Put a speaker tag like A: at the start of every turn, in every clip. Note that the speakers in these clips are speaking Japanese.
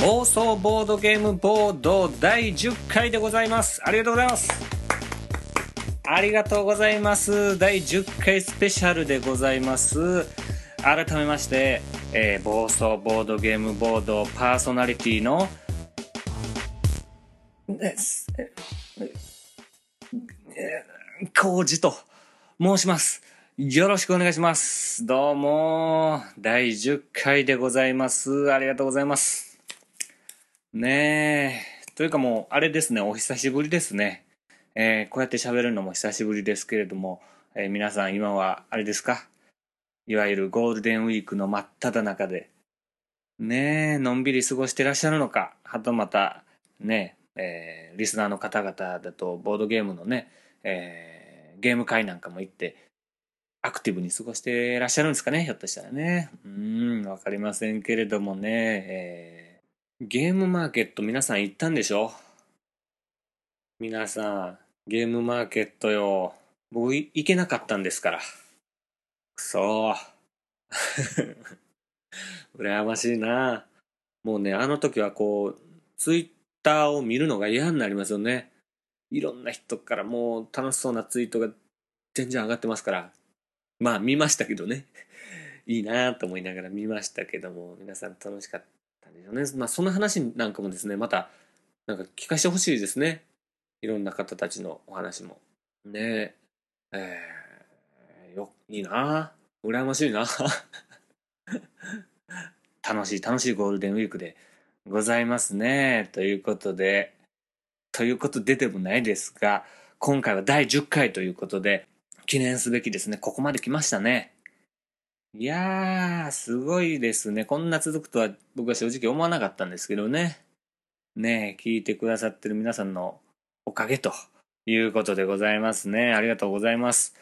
A: 妄想ボードゲームボード第10回でございますありがとうございますありがとうございます第10回スペシャルでございます改めまして、えー、暴走ボードゲームボードパーソナリティのねすええー浩二と申します。よろしくお願いします。どうも、第10回でございます。ありがとうございます。ねえ、というかもう、あれですね、お久しぶりですね。えーこうやって喋るのも久しぶりですけれども、えー皆さん今は、あれですかいわゆるゴールデンウィークの真っ只中で、ねえ、のんびり過ごしてらっしゃるのか、はたまた、ねえ、えーリスナーの方々だと、ボードゲームのね、えーゲーム会なんかも行って、アクティブに過ごしてらっしゃるんですかね、ひょっとしたらね。うーん、わかりませんけれどもね、えーゲームマーケット皆さん行ったんでしょ皆さん、ゲームマーケットよ。僕い行けなかったんですから。くそー。 羨ましいなもうね、あの時はこう、ツイッターを見るのが嫌になりますよね。いろんな人からもう楽しそうなツイートが全然上がってますから。まあ見ましたけどね。いいなと思いながら見ましたけども、皆さん楽しかったんでしょうね。まあその話なんかもですね、またなんか聞かせてほしいですね。いろんな方たちのお話も。ねえ。えーよ、いいな羨ましいな 楽しい楽しいゴールデンウィークでございますね。ということで、ということででもないですが、今回は第10回ということで、記念すべきですね。ここまで来ましたね。いやー、すごいですね。こんな続くとは僕は正直思わなかったんですけどね。ねえ、聞いてくださってる皆さんのおかげということでございますね。ありがとうございます。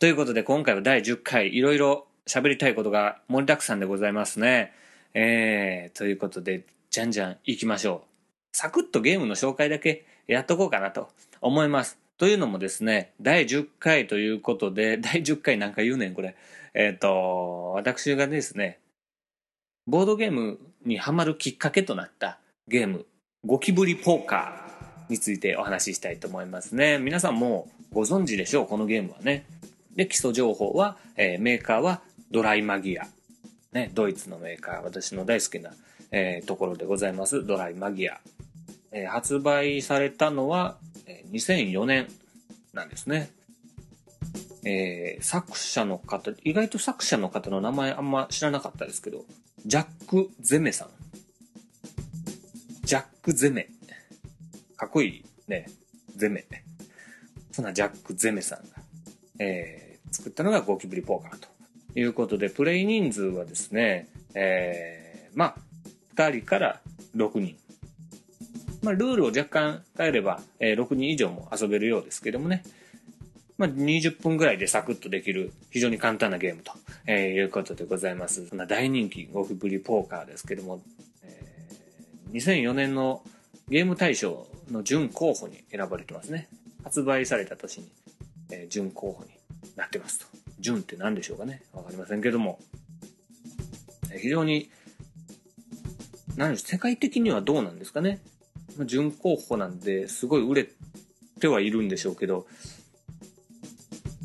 A: ということで、今回は第10回、いろいろ喋りたいことが盛りだくさんでございますね。えー、ということで、じゃんじゃん行きましょう。サクッとゲームの紹介だけやっとこうかなと思います。というのもですね、第10回ということで、第10回なんか言うねん、これ。えっ、と、私がですね、ボードゲームにハマるきっかけとなったゲーム、ゴキブリポーカーについてお話ししたいと思いますね。皆さんもうご存知でしょう、このゲームはね。で、基礎情報は、えーメーカーはドライマギア。ね、ドイツのメーカー、私の大好きな、えーところでございます、ドライマギア。えー発売されたのは、えー2004年なんですね。えー作者の方、意外と作者の方の名前あんま知らなかったですけど、ジャック・ゼメさん。ジャック・ゼメ。かっこいいね。ゼメ。そんなジャック・ゼメさんが、えー作ったのがゴキブリポーカーということで、プレイ人数はですね、えーまあ、2人から6人。まあ、ルールを若干変えれば、えー6人以上も遊べるようですけどもね。まあ、20分ぐらいでサクッとできる非常に簡単なゲームと、えーいうことでございます。そんな大人気ゴキブリポーカーですけども、えー2004年のゲーム大賞の準候補に選ばれてますね。発売された年に、えー準候補になってますと。準って何でしょうかねわかりませんけども、えー非常に、何でしょう、世界的にはどうなんですかねまあ準候補なんで、すごい売れてはいるんでしょうけど、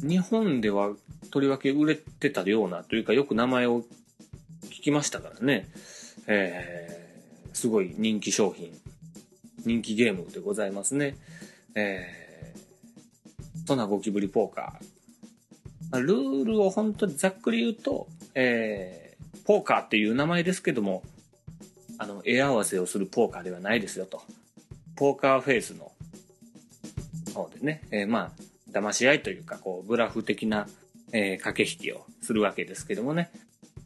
A: 日本ではとりわけ売れてたようなというかよく名前を聞きましたからね、えーすごい人気商品人気ゲームでございますね、えー、そんなゴキブリポーカーまあルールを本当にざっくり言うと、えーポーカーっていう名前ですけどもあの絵合わせをするポーカーではないですよとポーカーフェイスの方でね、えーまあ騙し合いというかこうブラフ的な、えー駆け引きをするわけですけどもね、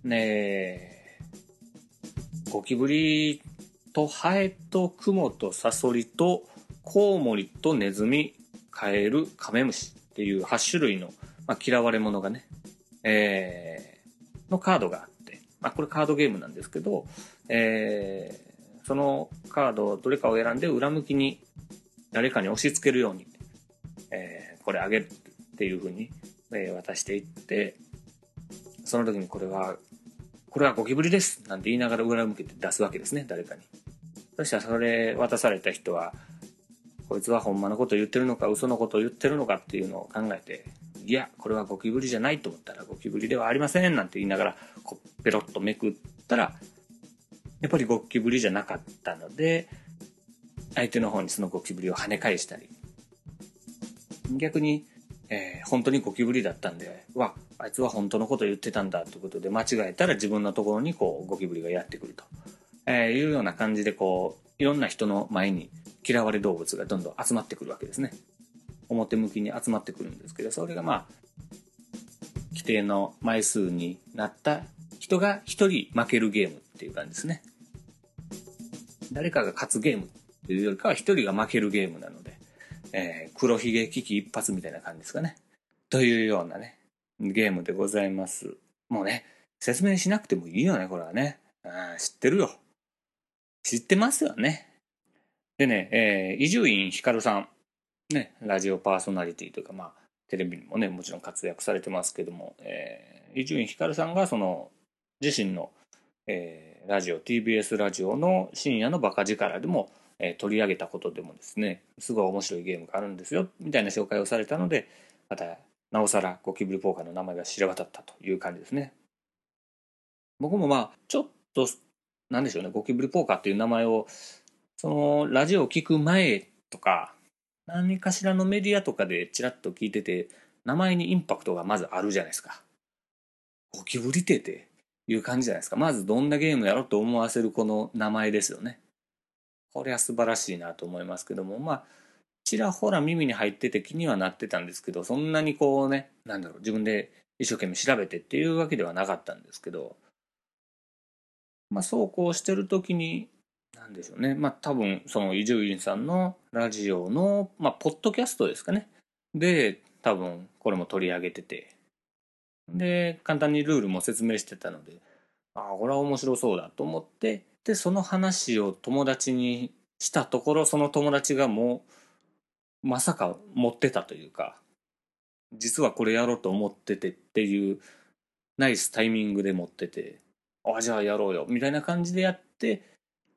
A: ねえ、ゴキブリとハエとクモとサソリとコウモリとネズミ、カエル、カメムシっていう8種類の、まあ、嫌われ者がね、えーのカードがあって、まあ、これカードゲームなんですけど、えーそのカードどれかを選んで裏向きに誰かに押し付けるように、えーこれあげるっていう風に、えー渡していって、その時にこれは、これはゴキブリですなんて言いながら裏向けて出すわけですね、誰かに。そしたらそれ渡された人は、こいつはほんまのこと言ってるのか嘘のことを言ってるのかっていうのを考えて、いや、これはゴキブリじゃないと思ったらゴキブリではありませんなんて言いながら、こうペロッとめくったら、やっぱりゴキブリじゃなかったので、相手の方にそのゴキブリを跳ね返したり、逆に、えー本当にゴキブリだったんで、うわ、あいつは本当のこと言ってたんだということで、間違えたら自分のところにこうゴキブリがやってくると、えーいうような感じで、こう、いろんな人の前に嫌われ動物がどんどん集まってくるわけですね。表向きに集まってくるんですけど、それがまあ、規定の枚数になった人が一人負けるゲームっていう感じですね。誰かが勝つゲームというよりかは一人が負けるゲームなので、えー黒ひげ危機一発みたいな感じですかね。というようなね、ゲームでございます。もうね、説明しなくてもいいよね、これはね。うん知ってるよ。知ってますよね。でね、えー伊集院光さん、ね、ラジオパーソナリティというか、まあ、テレビにもね、もちろん活躍されてますけども、えー伊集院光さんが、その、自身の、えーラジオ、TBS ラジオの深夜のバカ力でも、えー取り上げたことでもですねすごい面白いゲームがあるんですよみたいな紹介をされたのでまたなおさらゴキブリポーカーの名前が知れ渡ったという感じですね僕もまあちょっとなんでしょうねゴキブリポーカーっていう名前をそのラジオを聞く前とか何かしらのメディアとかでちらっと聞いてて名前にインパクトがまずあるじゃないですかゴキブリテっていう感じじゃないですかまずどんなゲームやろうと思わせるこの名前ですよねこれは素晴らしいなと思いますけどもまあちらほら耳に入ってて気にはなってたんですけどそんなにこうねなんだろう自分で一生懸命調べてっていうわけではなかったんですけどまあそうこうしてる時になんでしょうねまあ多分その伊集院さんのラジオのまあポッドキャストですかねで多分これも取り上げててで簡単にルールも説明してたのでああこれは面白そうだと思ってでその話を友達にしたところその友達がもうまさか持ってたというか実はこれやろうと思っててっていうナイスタイミングで持っててあじゃあやろうよみたいな感じでやって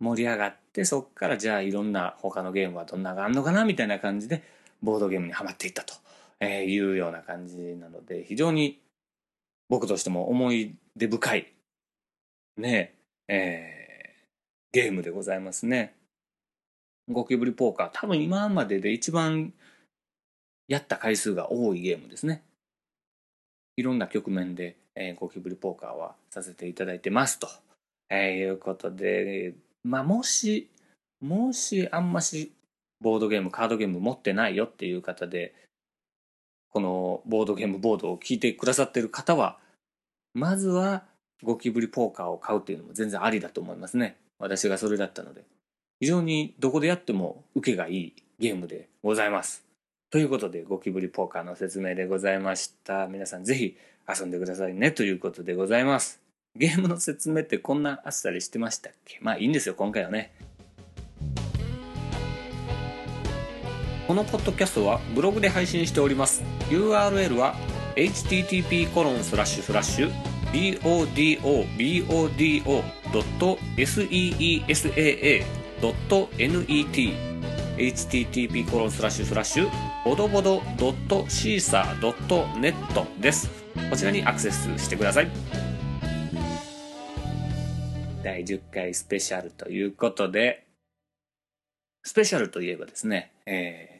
A: 盛り上がってそっからじゃあいろんな他のゲームはどんなのがあんのかなみたいな感じでボードゲームにはまっていったと、えーいうような感じなので非常に僕としても思い出深いねえーゲームでございますね。ゴキブリポーカー、多分今までで一番やった回数が多いゲームですね。いろんな局面で、えーゴキブリポーカーはさせていただいてますと、えーいうことで、まあ、もし、もしあんましボードゲーム、カードゲーム持ってないよっていう方で、このボードゲームボードを聞いてくださってる方は、まずはゴキブリポーカーを買うっていうのも全然ありだと思いますね。私がそれだったので。非常にどこでやっても受けがいいゲームでございます。ということで、ゴキブリポーカーの説明でございました。皆さんぜひ遊んでくださいねということでございます。ゲームの説明ってこんなあったりしてましたっけまあいいんですよ、今回はね。このポッドキャストはブログで配信しております。URL は http コロンスラッシュスラッシュ bodobodo.seesaa.net http コロンスラッシュスラッシュボドボド .caesar.net ですこちらにアクセスしてください第10回スペシャルということでスペシャルといえばですね、えー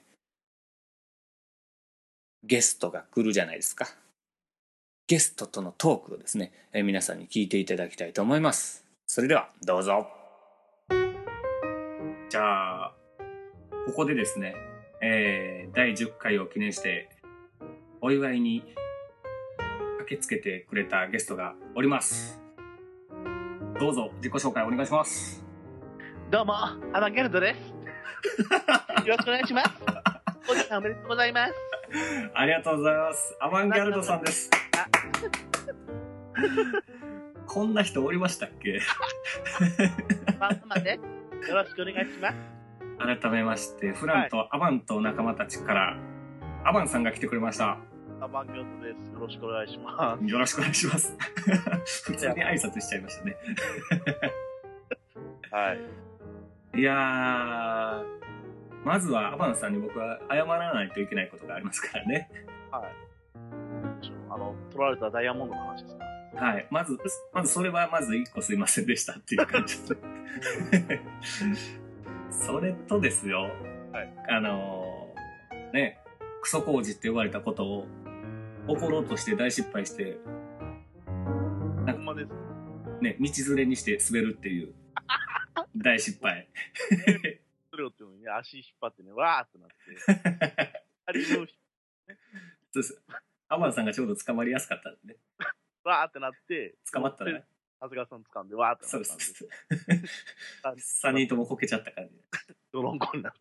A: ゲストが来るじゃないですかゲストとのトークをですね、えー皆さんに聞いていただきたいと思います。それでは、どうぞ。じゃあ、ここでですね、えー第10回を記念して、お祝いに駆けつけてくれたゲストがおります。どうぞ自己紹介お願いします。
B: どうも、アマギャルドです。 よろしくお願いします。おじさんおめでとうございます。
A: ありがとうございます。アマンギャルドさんです。こんな人おりましたっけ
B: マンマンです。よろしくお願いします。
A: 改めまして、フランとアバンと仲間たちから、アバンさんが来てくれました。
B: アマギャルドです。よろしくお願いしま
A: よろしくお願いします。 普通に挨拶しちゃいましたね。
B: す。はい。
A: いやー、まずはアバンさんに僕は謝らないといけないことがありますからね。
B: あの、取られたダイヤモンドの話ですか
A: はい。まず、まずそれはまず一個すいませんでしたっていう感じで。 それとですよ、
B: はい
A: あのーね、クソ工事って呼ばれたことを怒ろうとして大失敗して、
B: ほんまです。
A: ね、道連れにして滑るって いう大失敗。
B: それをっていうのにね、足引っ張ってね、わーってなって。あれ、もう
A: そうです。アバンさんがちょうど捕まりやすかったんでね、
B: わーってなって、
A: 捕まったら、ね、
B: 長谷川さん掴んで、わーって
A: そう
B: なっ
A: で
B: たん
A: す
B: で、。
A: 3人ともこけちゃった感じ。
B: ドロンコになって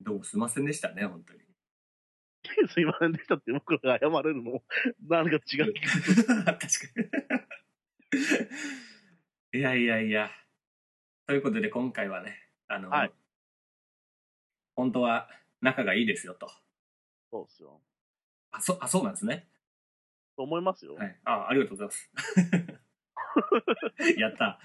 A: どうもすいませんでしたね、本当に。
B: る。すいませんでしたって僕らが謝れるのも、 なんか違う。
A: 確か に。いやいやいや。ということで今回はね、あの、
B: はい
A: 本当は仲がいいですよと。
B: そうっすよ。
A: あ、そ、あ、そうなんですね。
B: と思いますよ。
A: はい。あ、ありがとうございます。やった。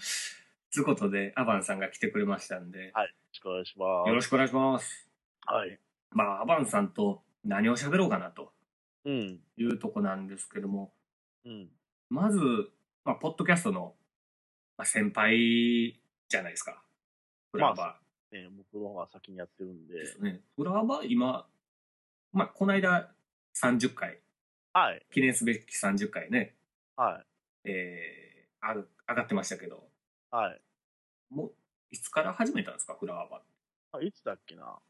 A: つうことで、アバンさんが来てくれましたんで、
B: よろしくお願いします。
A: よろしくお願いします。
B: はい。
A: まあ、アバンさんと何を喋ろうかなと
B: うん。
A: いうとこなんですけども、
B: うん。
A: まず、まあ、ポッドキャストの、まあ、先輩じゃないですか。フラ
B: ま
A: バ
B: ね、僕の方が先にやってるんで
A: ー。ですね。フラバー今、まあ、この間30回、
B: はい。
A: 記念すべき30回ね、
B: はい。
A: えー、ある上がってましたけど、
B: はい
A: もう、いつから始めたんですか、フラワーバー。
B: あ。いつだっけな。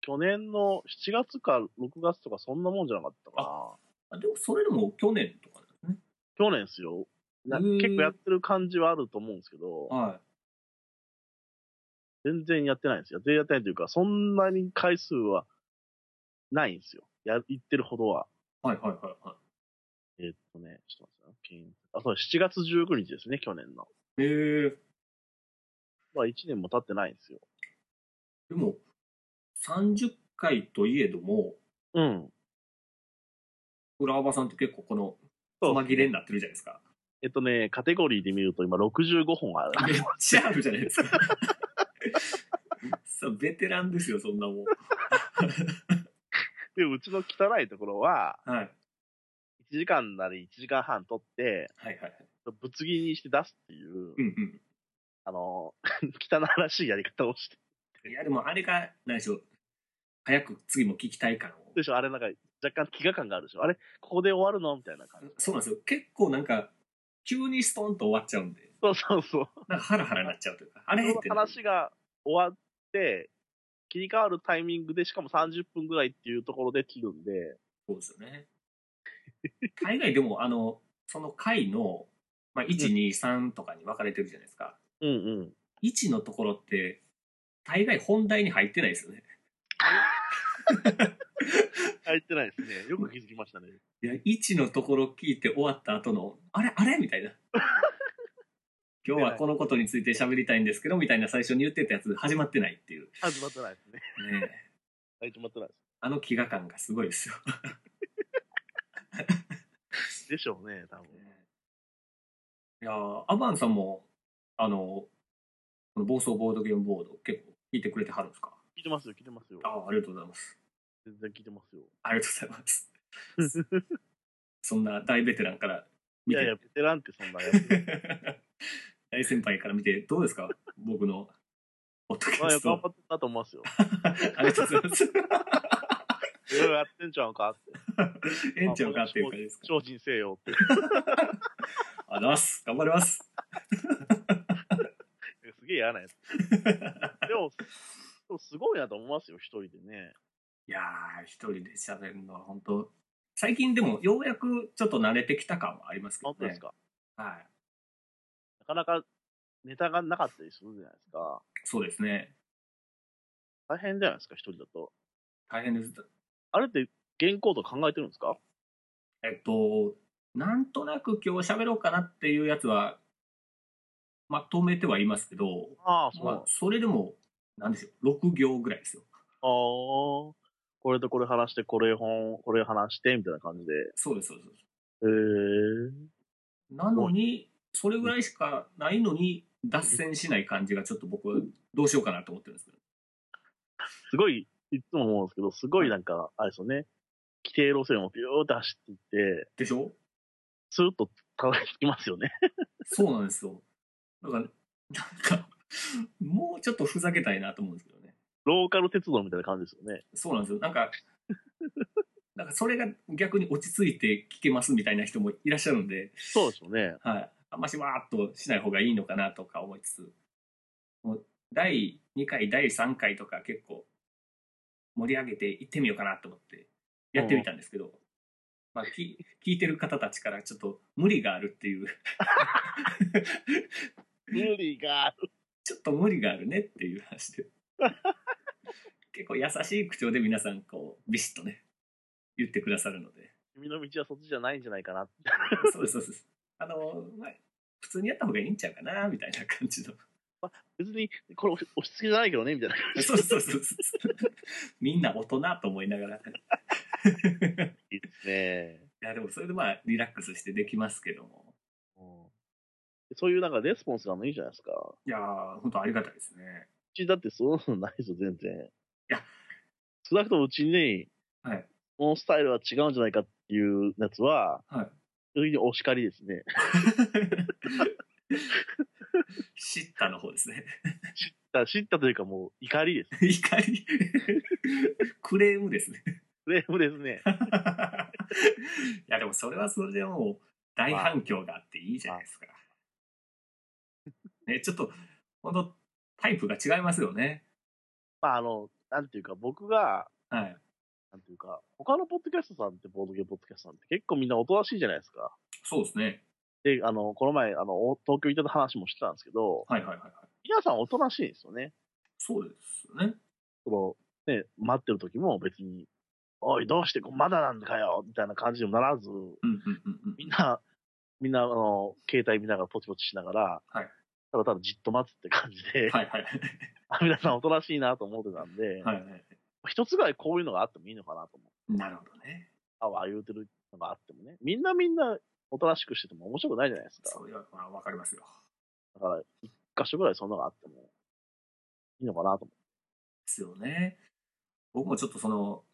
B: 去年の7月か6月とかそんなもんじゃなかったか
A: あでも、それでも去年とかなんですね。
B: な。去年ですよ。な
A: うーん
B: 結構やってる感じはあると思うんですけど、
A: は
B: 全然やってないんですよ。全然やってないというか、そんなに回数はないんですよ。や、言ってるほどは。
A: い。はいはいはいは
B: えーっとね、ちょっと待ってね。あ、そう、7月19日ですね、去年の。
A: い。へえ。
B: まあ1年も経ってないんですよ。
A: でも、30回といえども、
B: うん。
A: フラワーバーさんって結構この、細切れになってるじゃないですか。
B: えっとね、カテゴリーで見ると今65本ある。
A: めっちゃあるじゃないですか。 そうベテランですよ、そんなもん。
B: で、うちの汚いところは、
A: はい。
B: 1時間なり1時間半取って、
A: はいはいはい。
B: ぶつ切りにして出すっていう、
A: うんうん。
B: あの、 汚らしいやり方をして。
A: いや、でもあれが、何でしょう。早く次も聞きたい感を。
B: でしょあれなんか、若干飢餓感があるでしょあれここで終わるのみたいな感じ。
A: そうなんですよ。結構なんか、急にストンと終わっちゃうんで、
B: そうそうそう。
A: なんかハラハラなっちゃうというか、あれ
B: その
A: ってなる
B: 話が終わって、切り替わるタイミングで、しかも30分ぐらいっていうところで切るんで、
A: そうですよね。海外でも、あの、その回の、まあ、1、2、3とかに分かれてるじゃないですか。
B: うんうん。
A: 1のところって、大概本題に入ってないですよね。
B: 入ってないですね。よく気づきましたね。
A: いや、1のところ聞いて終わった後の、あれあれみたいな。今日はこのことについて喋りたいんですけど、みたいな最初に言ってたやつ始まってないっていう。
B: 始まってないですね。
A: ねえ
B: 始まってないで
A: あの飢餓感がすごいですよ。
B: す。でしょうね、多分。
A: いやーアバンさんも、あの、この暴走ボードゲームボード結構聞いてくれてはるんですか
B: 聞いてますよ、聞いてますよ。
A: ああ、ありがとうございます。
B: 全然聞いてますよ。
A: ありがとうございます。そんな大ベテランから
B: い
A: 見て
B: やいや、ベテランってそんなやつ。
A: 大先輩から見てどうですか僕のポッドキ
B: ま
A: ャ
B: あ、頑
A: スト
B: 張ってたと思います よ。
A: ありがとうござい ます
B: いろいろやってんじゃんかって。
A: 園長かっていう感じですか
B: 精進せよ って。
A: ありがとうございます頑張ります
B: すげえ嫌な やつ。でも、でもすごいなと思いますよ、一人でね。
A: いやー一人で喋るのは本当最近でもようやくちょっと慣れてきた感はありますけ
B: 本当
A: ど
B: で
A: ね
B: すか、
A: はい
B: かなかネタがなかったりするじゃないですか。
A: そうですね。
B: 大変じゃないですか、一人だと。
A: 大変です。
B: あれって原稿とか考えてるんですか
A: えっと、なんとなく今日喋ろうかなっていうやつは、まとめてはいますけど、
B: ああ、そう
A: ま
B: な
A: あ
B: んです。
A: それでも、なんでしょう、6行ぐらいですよ。
B: ああ、これとこれ話して、これ本、これ話して、みたいな感じで。
A: そうです、そうです。
B: へえ
A: なのに、それぐらいしかないのに、脱線しない感じがちょっと僕はどうしようかなと思ってるんですけど。
B: すごい、いつも思うんですけど、すごいなんか、あれですよね。規定路線をビューって走っていって、
A: でしょ
B: スーッとたどり着きますよね。
A: そうなんですよ。だから、なんか、もうちょっとふざけたいなと思うんですけどね。
B: ローカル鉄道みたいな感じですよね。
A: そうなんですよ。なんか、なんかそれが逆に落ち着いて聞けますみたいな人もいらっしゃるんで、
B: そうですよね。
A: はい。あんましわーっとしない方がいいのかなとか思いつつ、もう第2回、第3回とか結構盛り上げていってみようかなと思ってやってみたんですけど、まあ、き聞いてる方たちからちょっと無理があるっていう、
B: 無理がある。
A: ちょっと無理があるねっていう話で。結構優しい口調で皆さんこう、ビシッとね、言ってくださるので。
B: 君の道はそっちじゃないんじゃないかな。
A: そうです、そうです。あの、まあ、普通にやった方がいいんちゃうかな、みたいな感じの。
B: 別に、これ押し押し付けじゃないけどね、みたい な。
A: そうそうそうそう。みんな大人と思いながら。い
B: いいですね。
A: や、でもそれでまあ、リラックスしてできますけども。
B: そういうなんかレスポンスがあるのいいじゃないですか。う
A: いやー、本当ありがたいですね。
B: ちだってそういうのないですよ、全然。い
A: や。
B: 少なくともうちに、
A: はい
B: このスタイルは違うんじゃないかっていうやつは、
A: はい。
B: 正直にお叱りですね。
A: 知ったの方ですね。
B: だから知ったというかもう怒りです。
A: 怒り。クレームですね。
B: クレームですね。
A: いや、でもそれはそれでもう、大反響があっていいじゃないですか。ね、ちょっと、本当タイプが違いますよね。
B: まああの、なんていうか僕が、
A: はい。
B: なんていうか、他のポッドキャストさんって、ボードゲームポッドキャストさんって結構みんなおとなしいじゃないですか。
A: そうですね。
B: で、あの、この前、あの、お東京行った話もしてたんですけど、
A: はいはいはいはい。
B: 皆さんおとなしいんですよね。
A: そうですね。
B: その、ね、待ってる時も別に、おい、どうしてこまだなんかよみたいな感じにもならず、
A: うんうんうんうん。
B: みんな、みんな、あの、携帯見ながらポチポチしながら、
A: はい
B: ただただじっと待つって感じで、
A: はいはい。
B: あ皆さんおとなしいなと思ってたんで、
A: はいはい。
B: 一つぐらいこういうのがあってもいいのかなと思う。
A: なるほどね。
B: あわあ言うてるのがあってもね。みんなみんなおとなしくしてても面白くないじゃないですか。
A: それは、まあ、わかりますよ。
B: だから、一箇所ぐらいそんなのがあってもいいのかなと思
A: ですよね。僕もちょっとその、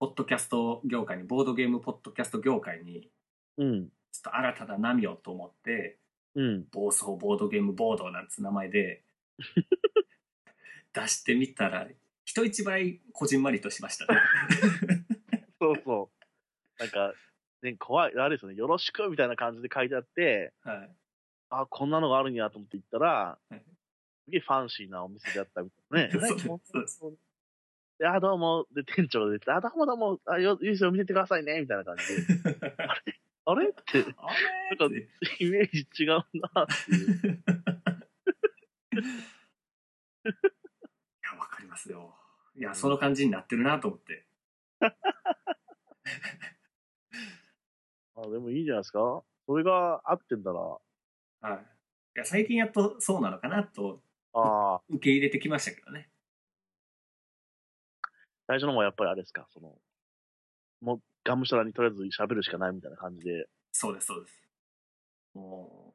A: ポッドキャスト業界に、ボードゲームポッドキャスト業界に、
B: う。うん。
A: ちょっと新たな波をと思って、
B: うん。
A: 暴走ボードゲームボードなんつ名前 で、出してみたら、人一倍こじんまりとしました ね。
B: そうそう。なんか、ね、怖い、あれですよね、よろしくみたいな感じで書いてあって、
A: はい。
B: あ、こんなのがあるんやと思って行ったら
A: はい、
B: すげえファンシーなお店だったみたいなね。
A: そうです
B: はい
A: そうです
B: そうであ、どうも。で、店長が出て、あ、どうもどうも。あ、よ、優勝見せてくださいね。みたいな感じで。 あれって、
A: あ
B: な
A: れ
B: んかイメージ違うなっていう。
A: いや、わかりますよ。いや、その感じになってるなと思って。
B: あ、でもいいじゃないですか。それが合ってんだな。
A: はい。いや、最近やっとそうなのかなと
B: ああ、
A: 受け入れてきましたけどね。
B: 最初のもやっぱりあれですか。その、もう、がむしゃらにとりあえず喋るしかないみたいな感じで。
A: そうです、そうです。も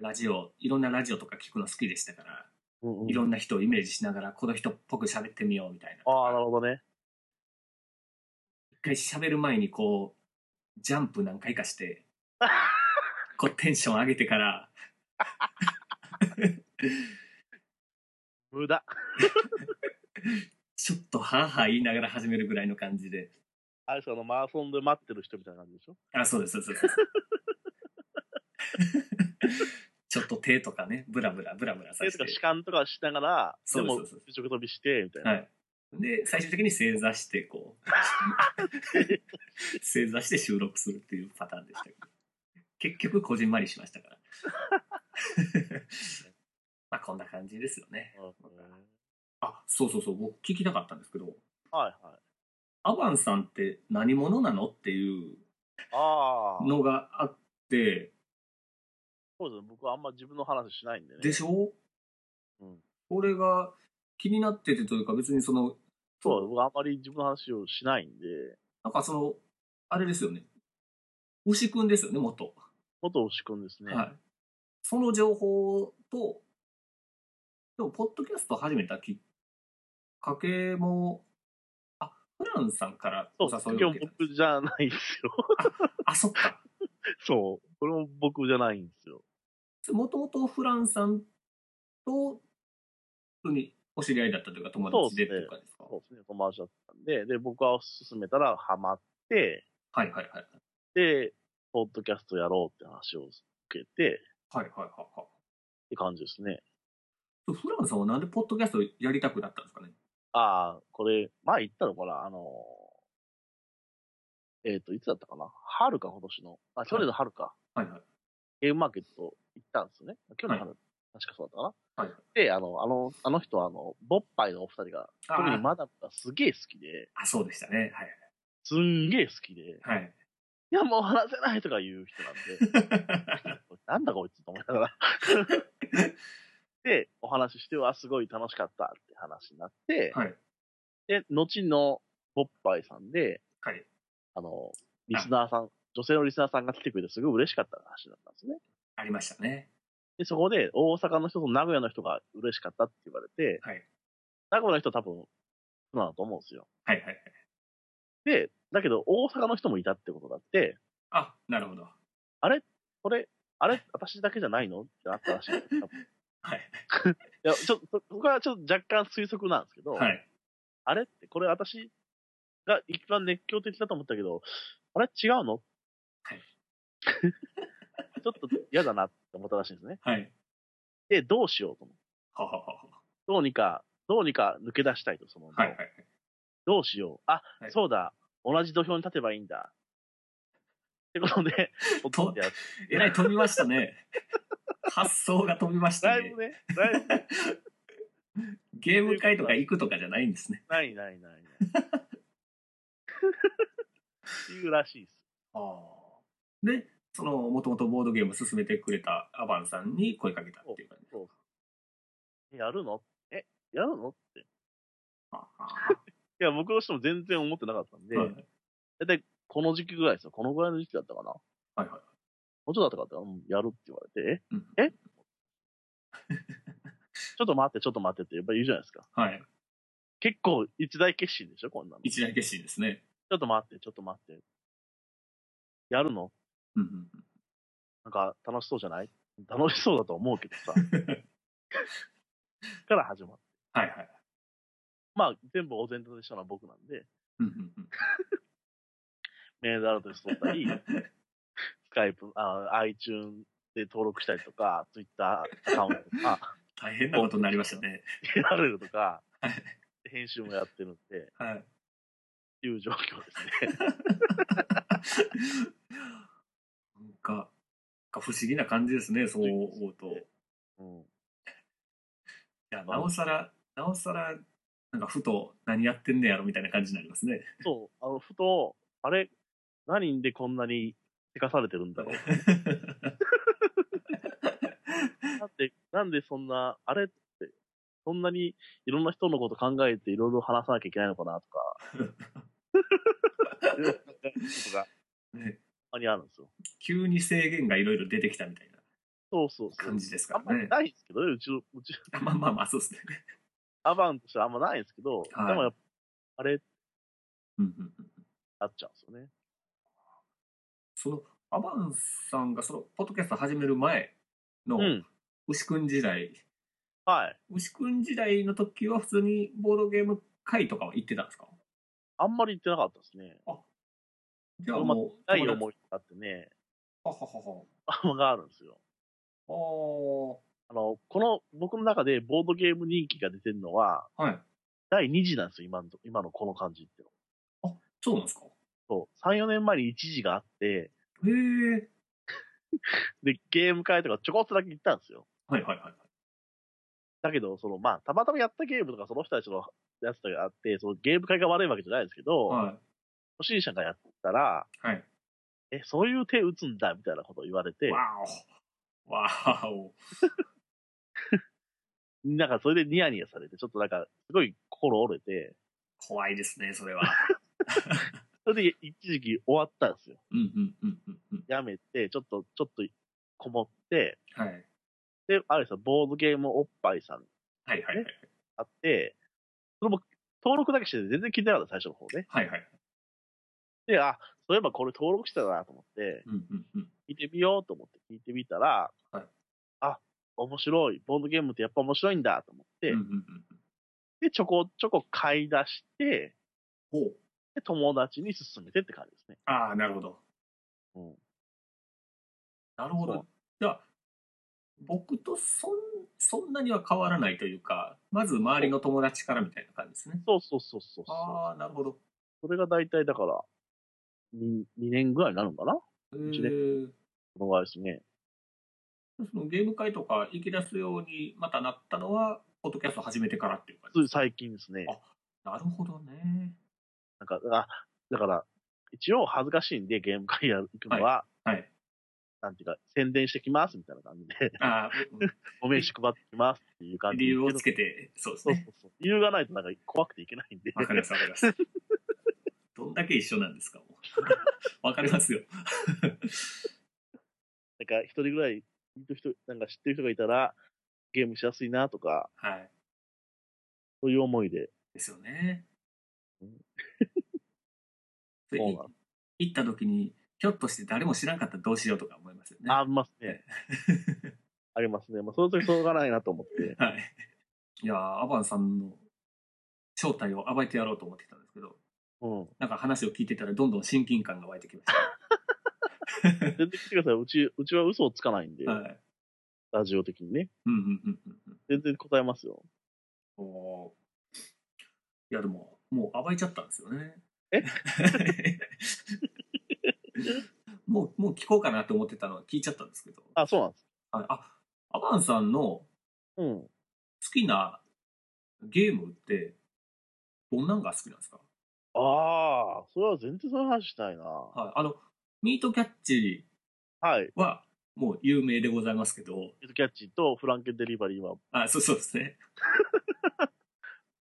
A: う、ラジオ、いろんなラジオとか聞くの好きでしたから、
B: うんうん
A: いろんな人をイメージしながら、この人っぽく喋ってみようみたいな。
B: ああ、なるほどね。
A: 一回喋る前にこう、ジャンプ何回か して、こうテンション上げてから、
B: 無駄。
A: ちょっとはぁはぁ言いながら始めるぐらいの感じで。
B: あれですか、あの、マラソンで待ってる人みたいな感じでしょ
A: あ、そうです、そう です。そう ですちょっと手とかね、ブラブラ、ブラブラさ
B: 手
A: せ
B: と
A: て
B: か。主観とかしながら、
A: そうです
B: でも
A: そう、
B: 直飛びして、みたいな。
A: はい。で、最終的に正座して、こ う、正座して収録するっていうパターンでしたけど。結局、こじんまりしましたから。 まあこんな感じですよね。
B: うん
A: あ、そうそうそう、僕聞きたかったんですけど、
B: はいはい。
A: アバンさんって何者なのっていう
B: ああ。
A: のがあって、
B: そうですね。僕はあんま自分の話しないんでね。
A: でしょ
B: うん
A: これが気になっててというか別にその、
B: そう、僕はあんまり自分の話をしないんで、
A: なんかその、あれですよね。牛くんですよね、元。
B: 元押し君ですね。
A: はい。その情報と、でも、ポッドキャスト始めたきっかけも、あ、フランさんからお
B: そう、
A: 誘いを
B: 今
A: 受
B: 日
A: けた。
B: 僕じゃないんですよ。
A: あ、そっか。
B: そう。これも僕じゃないんですよ。
A: もともとフランさんと、普通にお知り合いだったというか、友達でっていうかですか。
B: そうですね。友達だったんで、で、僕は勧めたらハマって、
A: はいはいはい。
B: で、ポッドキャストやろうって話を受けて、
A: はいはいはいはい
B: って感じですね。
A: そう。フランさんはなんでポッドキャストやりたくなったんですかね
B: ああ、これ、前言ったのかなあのー、えっ、と、いつだったかな春か今年の。あ、去年の春か。
A: はいはい。
B: ゲームマーケット行ったんですよね。去年の春、確かそうだったかな。
A: は
B: で、あの、あの、あの人は、あの、ボッパイのお二人が、
A: あ
B: 特に
A: ー
B: マダムがすげえ好きで、
A: あ、そうでしたね。
B: すんげえ好きで、い
A: はい。はい。
B: や、もう話せないとか言う人なんで、 なんだこいつと思いながら。で、お話しして、はすごい楽しかったって話になって、
A: はい。
B: で、後のボッパイさんで、
A: はい。
B: あの、リスナーさん、女性のリスナーさんが来てくれてすごい嬉しかった話だったんですね。
A: ありましたね。
B: で、そこで大阪の人と名古屋の人が嬉しかったって言われて、
A: はい
B: 名古屋の人は多分、そうなんだと思うんですよ。
A: はいはいはい。
B: で、だけど大阪の人もいたってことだって、
A: あ、なるほど。
B: これ、あれ私だけじゃないのってなったらしい。多分い
A: はい。
B: や、ちょっと、僕はちょっと若干推測なんですけど、
A: はい。
B: あれって、これ私が一番熱狂的だと思ったけど、あれ違うの、
A: はい
B: ちょっと嫌だなって思ったらしいんですね。
A: はい。
B: で、どうしようと思う。
A: はははは。
B: どうにか、どうにか抜け出したいと、その、
A: はいはいはい。
B: どうしよう。あ、
A: はい
B: そうだ。同じ土俵に立てばいいんだ。ってことで、
A: と
B: いや
A: えらい飛びましたね。 発想が飛びました
B: だい
A: ね
B: ぶ。ね、だいぶ、
A: ゲーム会とか行くとかじゃないんですね。
B: ないない ないない。っていうらしいです。
A: で、その、もともとボードゲームを進めてくれたアバンさんに声かけたっていう感じ。
B: えやるのえ、やるのって。
A: あ
B: いや、僕としても全然思ってなかったんで、
A: ーはい
B: だいたいこの時期ぐらいですよ。このぐらいの時期だったかな。も
A: はいは
B: うちょっとだったかったら、うんやるって言われて、
A: うん
B: ええちょっと待って、ちょっと待ってってやっぱ言うじゃないですか。
A: い。はい。
B: 結構一大決心でしょ、こんなの。
A: 一大決心ですね。
B: ちょっと待って、ちょっと待って。やるの
A: うんうん
B: なんか楽しそうじゃない楽しそうだと思うけ どさ。から始まって。
A: はいはい。
B: まあ、全部お膳立てしたのは僕なんで、
A: うんうんうん
B: メールアドレス取ったり、スカイプ、あ iTunes で登録したりとか、Twitter アカウントとか、
A: 大変なことになりましたね。
B: やられるとか
A: はい、
B: 編集もやってるんで、っ
A: はい。
B: ていう状況ですね。
A: なんか、なんか不思議な感じですね、そう思うと。い
B: うん、
A: や、なおさら、なおさら、なんかふと何やってんねやろみたいな感じになりますね。
B: そう、あの、ふと、あれ、何でこんなにせかされてるんだろうなんで、なんでそんな、あれって、そんなにいろんな人のこと考えていろいろ話さなきゃいけないのかなとか、いろいろ考えることが、
A: ね
B: たまにあるんですよ。
A: 急に制限がいろいろ出てきたみたい
B: そうそう
A: な
B: そう。
A: 感じです
B: あ
A: か
B: んま
A: ら
B: り
A: ね。
B: ないんですけどね、うちの、うち、
A: まあまあまあ、そうですね。
B: アバンとしてはあんまないんですけど、
A: はい
B: でもやっぱ、あれ、
A: うんうんうん
B: なっちゃうんですよね。
A: その、アバンさんがその、ポッドキャスト始める前の
B: うん、
A: 牛くん時代、
B: はい。
A: 牛くん時代の時は普通にボードゲーム会とかは行ってたんですか
B: あんまり言ってなかったですね。
A: じゃあもう、
B: ない
A: 友達
B: 思いがあってね、
A: はははは。
B: あんまがあるんですよ。
A: ああ
B: あの、この、僕の中でボードゲーム人気が出てるのは、
A: はい。
B: 第2次なんですよ、今のと、今のこの感じっての。
A: そうなんですか
B: そう。3、4年前に1次があって、
A: へえ。
B: で、ゲーム会とかちょこっとだけ行ったんですよ。
A: はいはいはい。
B: だけど、その、まあ、たまたまやったゲームとか、その人たちのやつとかあって、そのゲーム会が悪いわけじゃないですけど、
A: は
B: 初心者がやったら、
A: い。はい。
B: え、そういう手打つんだ、みたいなことを言われて、
A: わお。わお。
B: なんかそれでニヤニヤされて、ちょっとなんか、すごい心折れて、
A: 怖いですね、それは。
B: それで一時期終わったんですよ。
A: うんうんうんうんうん。
B: やめて、ちょっと、ちょっとこもって、
A: はい。はい
B: で、あれですよ、ボードゲームおっぱいさん
A: はいはい。
B: あって、それも登録だけしてて全然聞いてなかった、最初の方ね。
A: はいはい。
B: で、あ、そういえばこれ登録してたなと思って、
A: うんうんうん。
B: 聞いてみようと思って聞いてみたら、
A: はい
B: あ、面白い、ボードゲームってやっぱ面白いんだと思って、
A: うんうんうん
B: で、ちょこちょこ買い出して、
A: ほう。
B: で、友達に勧めてって感じですね。
A: ああ、なるほど。
B: うん。
A: なるほ
B: そう
A: ど。じゃあ、僕とそんそんなには変わらないというか、まず周りの友達からみたいな感じですね。
B: そうそうそうそうそ
A: ああ、なるほど。
B: う。それが大体だから、2, 2年ぐらいになるのかな
A: え
B: ちで
A: ー、
B: このぐらいですね。
A: そのゲーム会とか行き出すようにまたなったのは、ポッドキャスト始めてからっていう感じ
B: つ
A: で
B: い
A: す。
B: 最近ですね。
A: なるほどね。
B: なんか、あだから、一応恥ずかしいんでゲーム会やる行くのは、
A: はい はい
B: なんていうか、宣伝してきますみたいな感じ で、
A: あ
B: お名刺配ってきますっていう
A: あ、
B: 感じで。
A: 理由をつけて、そうです
B: そう
A: ね。
B: そうそう。理由がないとなんか怖くていけないんで。
A: わかりますわかり ます。どんだけ一緒なんですかもうわかりますよ。
B: なんか一人ぐらい、人なんか知ってる人がいたら、ゲームしやすいなとか、
A: はい。
B: そういう思いで。
A: ですよね
B: うん。
A: で
B: そう
A: い
B: なの
A: 行った時に、ひょっとして誰も知らんかったらどうしようとか思いますよね。
B: あ、ありますね。ありますね。まあ、その時しょうがないなと思って。
A: はい。いやーアバンさんの正体を暴いてやろうと思ってたんですけど、
B: うん。
A: なんか話を聞いてたらどんどん親近感が湧いてきまし
B: 全然来てください。うち、うちは嘘をつかないんで、
A: た。はい。
B: ラジオ的にね。
A: うんうんうんうんうん。
B: 全然答えますよ。
A: おーいやでももう暴いちゃったんですよね
B: え
A: もうもう聞こうかなと思ってたのは聞いちゃったんですけど
B: あ、そうなんです。
A: はいあアバンさんの好
B: うん。
A: きなゲームってどんなんが好きなんですか、
B: ああ、それは全然その話したいな。は
A: はい、あのミートキャッチ
B: い。
A: はもう有名でございますけど
B: ミッドキャッチとフランケンデリバリーは
A: あそうそうですね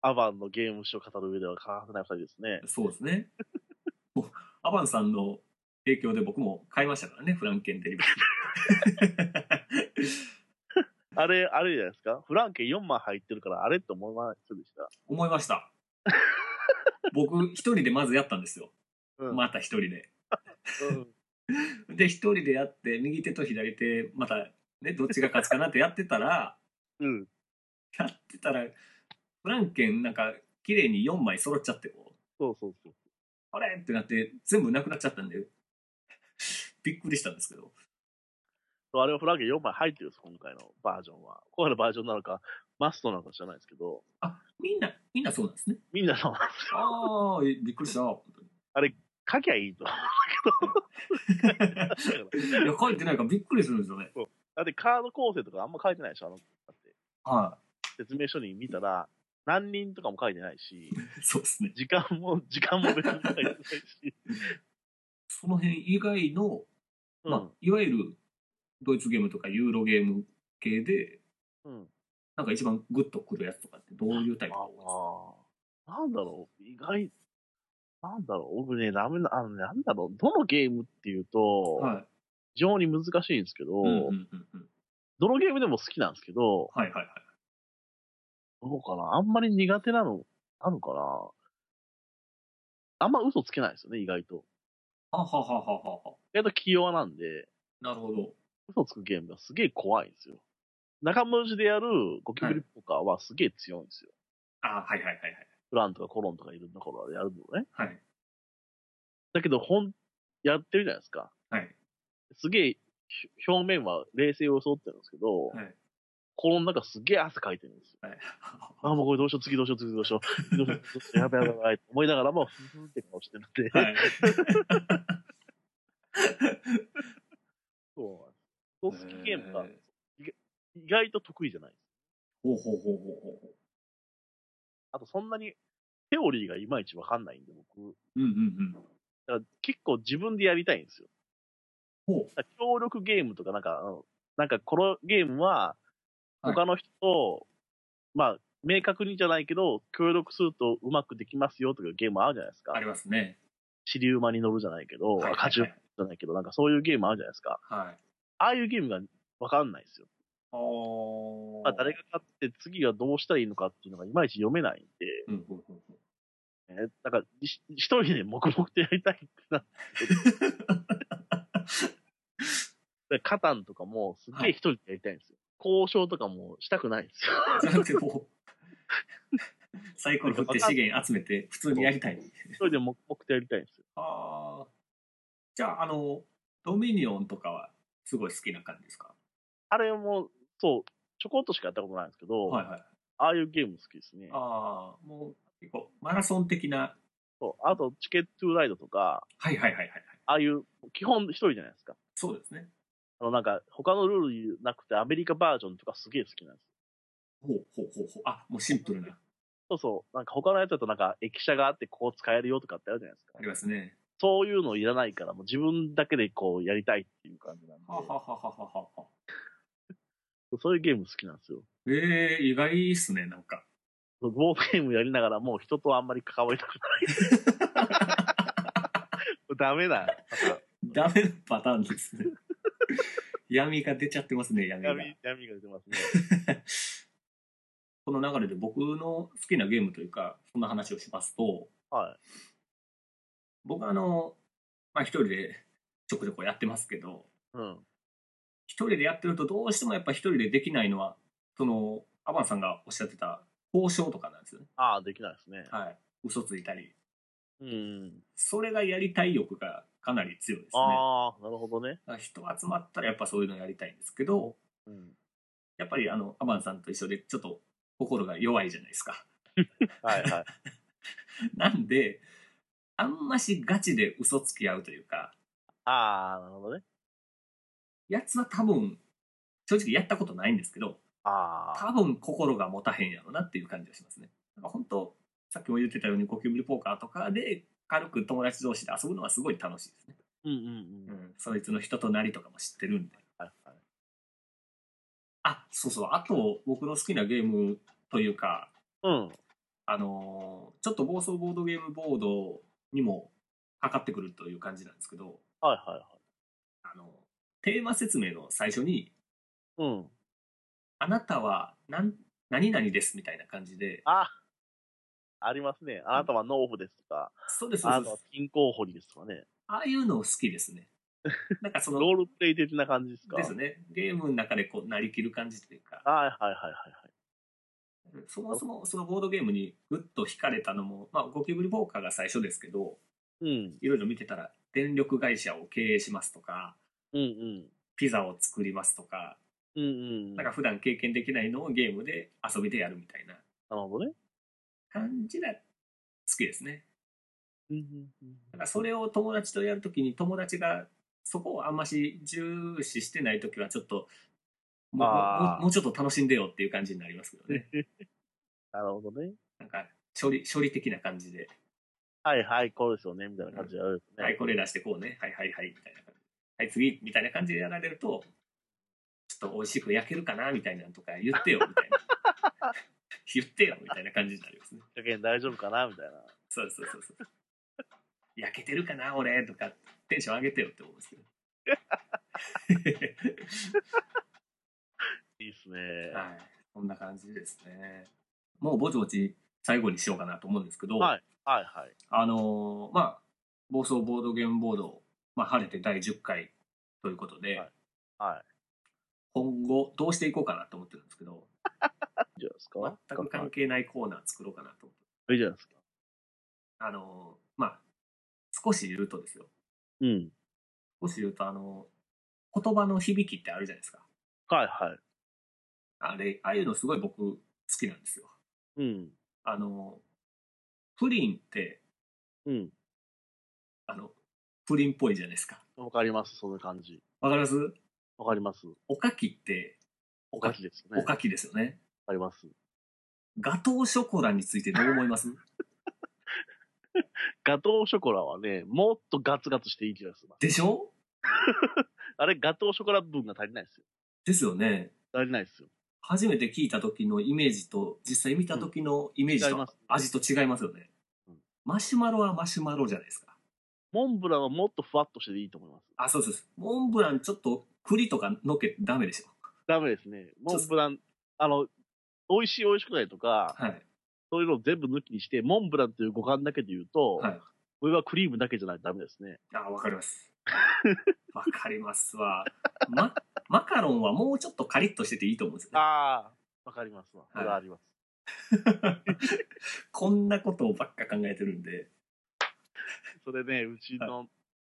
B: アバンのゲーム史を語る上では欠かせない二人ですね。
A: そうですねもうアバンさんの影響で僕も買いましたからねフランケンデリバリー
B: あれ、あれじゃないですかフランケン4枚入ってるから、あれって思いませんでした。
A: 思いま した。僕、一人でまずやったんですよ。
B: うん。
A: また一人で。
B: うん
A: で、一人でやって、右手と左手、また、ね、どっちが勝つかなってやってたら、
B: うん。
A: やってたら、フランケンなんか、綺麗に4枚揃っちゃって、こう、
B: そうそうそう。
A: あれってなって、全部なくなっちゃったんで、びっくりしたんですけど。
B: そうあれはフランケン4枚入ってるんです、今回のバージョンは。今回のバージョンなのか、マストなのか知らないですけど、
A: あ、みんな、みんなそうなんですね。
B: みんなの、
A: ああ、えびっく りした。本当に
B: 書きゃいいと 思うんだけど。
A: いや、書いてないからびっくりするんですよね。
B: だってカード構成とかあんま書いてないでしょ、あの、だって。
A: は
B: 説明書に見たら、何人とかも書いてないし。
A: い。そうですね。
B: 時間も、 時間も別に書いてないし。
A: その辺以外の
B: う ん。
A: まあ、いわゆるドイツゲームとかユーロゲーム系で、
B: うん。
A: なんか一番グッとくるやつとかってどういうタイプ
B: あ
A: が多いですか
B: あ。なんだろう。意外、なんだろう。僕ね、ダメな、あのね、なんだろう。どのゲームっていうと、
A: はい。
B: 非常に難しいんですけど、
A: うんうんうんうん。
B: どのゲームでも好きなんですけど、
A: はいはいはい。
B: どうかな。あんまり苦手なの、あるかな。あんま嘘つけないですよね、意外と。
A: はははははは。
B: 意外と器用なんで、
A: なるほど。
B: 嘘つくゲームがすげえ怖いんですよ。中文字でやるゴキブリポーカーはすげえ強いんですよ。
A: あはいはいはい
B: フランとかコロンとかいるところでやるのね。
A: はい。はい。
B: だけど、ほん、やってるじゃないですか。
A: はい。
B: すげえ、ひ表面は冷静を装ってるんですけど、
A: はい。
B: 心の中すげえ汗かいてるんですよ。
A: はい。
B: あ、もうこれどうしよう、次どうしよう、次どうしよう、次どうしよう、どうしよ うやばいやばいやばい、思いながらも、ふふんって顔してるんで、
A: はい。
B: そうなんです。公式ゲームが
A: え
B: 意外と得意じゃない。
A: ほうほうほうほうほう。
B: あとそんなにテオリーがいまいちわかんないんで、僕。
A: うんうんうん。
B: だから結構自分でやりたいんですよ。
A: ほ
B: だから協力ゲームとかなんか、あのなんかこのゲームは、
A: はい
B: 他の人と、まあ、明確にじゃないけど、協力するとうまくできますよとかいうゲームあるじゃないですか
A: あ。りますね。
B: 尻馬に乗るじゃないけど、
A: はいはい
B: 勝ち馬じゃないけど、なんかそういうゲームあるじゃないですか。
A: はい。
B: ああいうゲームがわかんないんですよ。
A: あー
B: まあ、誰が勝って次がどうしたらいいのかっていうのがいまいち読めないん
A: うんうんうん うん。
B: で、ね、だから一一人で黙々とやりたいってなって でカタンとかもすっげえ一人でやりたいんですよ。交渉とかもしたくない んですよ。
A: じゃなくてもう、サイコロ振って資源集めて、普通にやりたい。
B: 一人で黙々とやりたいんですよ。
A: ああ。じゃあ、あの、ドミニオンとかは、すごい好きな感じですか
B: あれも、そう、ちょこっとしかやったことないんですけど、
A: はいはい。
B: ああいうゲーム好きですね。
A: ああ、もう、結構、マラソン的な。
B: そうあと、チケットトゥーライドとか、
A: はいはいはいはいはい。
B: ああいう、基本一人じゃないですか。
A: そうですね。
B: あの、なんか、他のルールなくてアメリカバージョンとかすげえ好きなんです。
A: ほうほうほうほう。あ、もうシンプルな。
B: そうそう。なんか他のやつだとなんか駅舎があってここ使えるよとかってあるじゃないですか
A: あ。りますね。
B: そういうのいらないから、もう自分だけでこうやりたいっていう感じなんで、
A: はははははは。
B: そういうゲーム好きなんですよ。
A: ええー、意外っすね、なんか。
B: ボードゲームやりながらもう人とあんまり関わりたく ない。ダメだ。
A: ダメなパターンです ね。闇が出ちゃってますね、闇が。
B: 闇、闇が出てますね。
A: この流れで僕の好きなゲームというか、そんな話をしますと、
B: は
A: 僕はあの、まあ一人でちょこちょこやってますけど、
B: い。うん。
A: 一人でやってるとどうしてもやっぱ一人でできないのは、その、アバンさんがおっしゃってた交渉とかなんですよね。
B: ああ、できないですね。
A: はい。嘘ついたり。
B: うん。
A: それがやりたい欲がかなり強いですね。
B: ああ、なるほどね。
A: だから人集まったらやっぱそういうのやりたいんですけど、
B: うん。
A: やっぱりあの、アバンさんと一緒でちょっと心が弱いじゃないですか。
B: はいはい。
A: なんで、あんましガチで嘘つき合うというか、
B: ああ、なるほどね。
A: やつは多分、正直やったことないんですけど、
B: ああ。
A: 多分心が持たへんやろなっていう感じがしますね。なんか本当、さっきも言ってたようにゴキブリポーカーとかで軽く友達同士で遊ぶのはすごい楽しいですね。
B: うんうんうん。
A: そいつの人となりとかも知ってるんで。
B: はいはい。
A: あ、そうそう。あと、僕の好きなゲームというか、
B: うん。
A: あのーちょっと暴走ボードゲームボードにもかかってくるという感じなんですけど、
B: はいはいはい。
A: あの、テーマ説明の最初に、
B: うん。
A: あなたは何何々ですみたいな感じで、
B: あ、ありますね。あなたはノーフですとか、
A: そうです、
B: あ
A: そう
B: な
A: で
B: たは
A: す。
B: 金庫掘りですとかね。
A: ああいうの好きです ね。なんかその、
B: ロールプレイ的な感じですか。
A: ですね。ゲームの中でこう、なりきる感じというか、
B: はいはいはいはいはい。
A: そもそもそのボードゲームにぐっと惹かれたのも、まあ、ゴキブリポーカーが最初ですけど、
B: うん。
A: いろいろ見てたら、電力会社を経営しますとか、
B: うんうん。
A: ピザを作りますとか、
B: うんうん。
A: なんか普段経験できないのをゲームで遊びでやるみたいな
B: なるほどね。
A: 感じが好きですね。
B: うんうんうん
A: だからそれを友達とやるときに友達がそこをあんまし重視してないときはちょっともう
B: あー
A: もうもうちょっと楽しんでよっていう感じになりますけどね。
B: なるほどね。
A: なんか処理処理的な感じで、
B: はいはい、こうですよね、みたいな感じでやるね。
A: はいこれ出してこうねはいはいはいみたいな感じはい次みたいな感じでやられるとちょっと美味しく焼けるかなみたいなのとか言ってよみたいな言ってよみたいな感じになりますね。
B: 加減大丈夫かなみたいな。
A: そうそうそうそう。焼けてるかな俺とかテンション上げてよって思うんですけど。
B: いいっすね。
A: はい、こんな感じですね。もうぼちぼち最後にしようかなと思うんですけど、
B: はいはいはい。
A: あのーまあ、暴走ボードゲームボード、まあ、晴れて第10回ということで、
B: はいは
A: 今後どうしていこうかなと思ってるんですけど、
B: い。いいじゃないですか。
A: 全く関係ないコーナー作ろうかなと思って。
B: いいじゃないですか。
A: あのーまあ、少し言うとですよ。
B: うん。
A: 少し言うと、あのー言葉の響きってあるじゃないですか。
B: はいはい。
A: あれ、ああいうのすごい僕好きなんですよ。
B: うん。
A: あのープリンって、
B: うん。
A: あの、プリンっぽいじゃないですか。
B: わかります、その感じ。
A: わかります
B: わかります。
A: おかきって、
B: おかきですよね。
A: お
B: わか
A: かきですよね。
B: ります。
A: ガトーショコラについてどう思います
B: ガトーショコラはね、もっとガツガツしていい気がする。
A: でしょ
B: あれ、ガトーショコラ分が足りないですよ。
A: ですよね。
B: 足りないですよ。
A: 初めて聞いた時のイメージと、実際見た時のイメージ
B: 違い
A: と
B: ます
A: 味と違いますよね
B: うん。
A: マシュマロはマシュマロじゃないですか。
B: モンブランはもっとふわっとしていいと思います。
A: あ、そうそうそう。モンブランちょっと栗とかのっけてダメでしょ。
B: ダメですね。モンブラン、あの、美味しい美味しくないとか、
A: はい。
B: そういうのを全部抜きにして、モンブランという五感だけで言うと、
A: はい。
B: 上はクリームだけじゃないとダメですね。
A: あ、わかり ます。わかりますわ。ま、マカロンはもうちょっとカリッとしてていいと思うんですよ、ね。
B: ああ、わかりますわ。それはあります。
A: こんなことをばっか考えてるんで。
B: それね、うちの、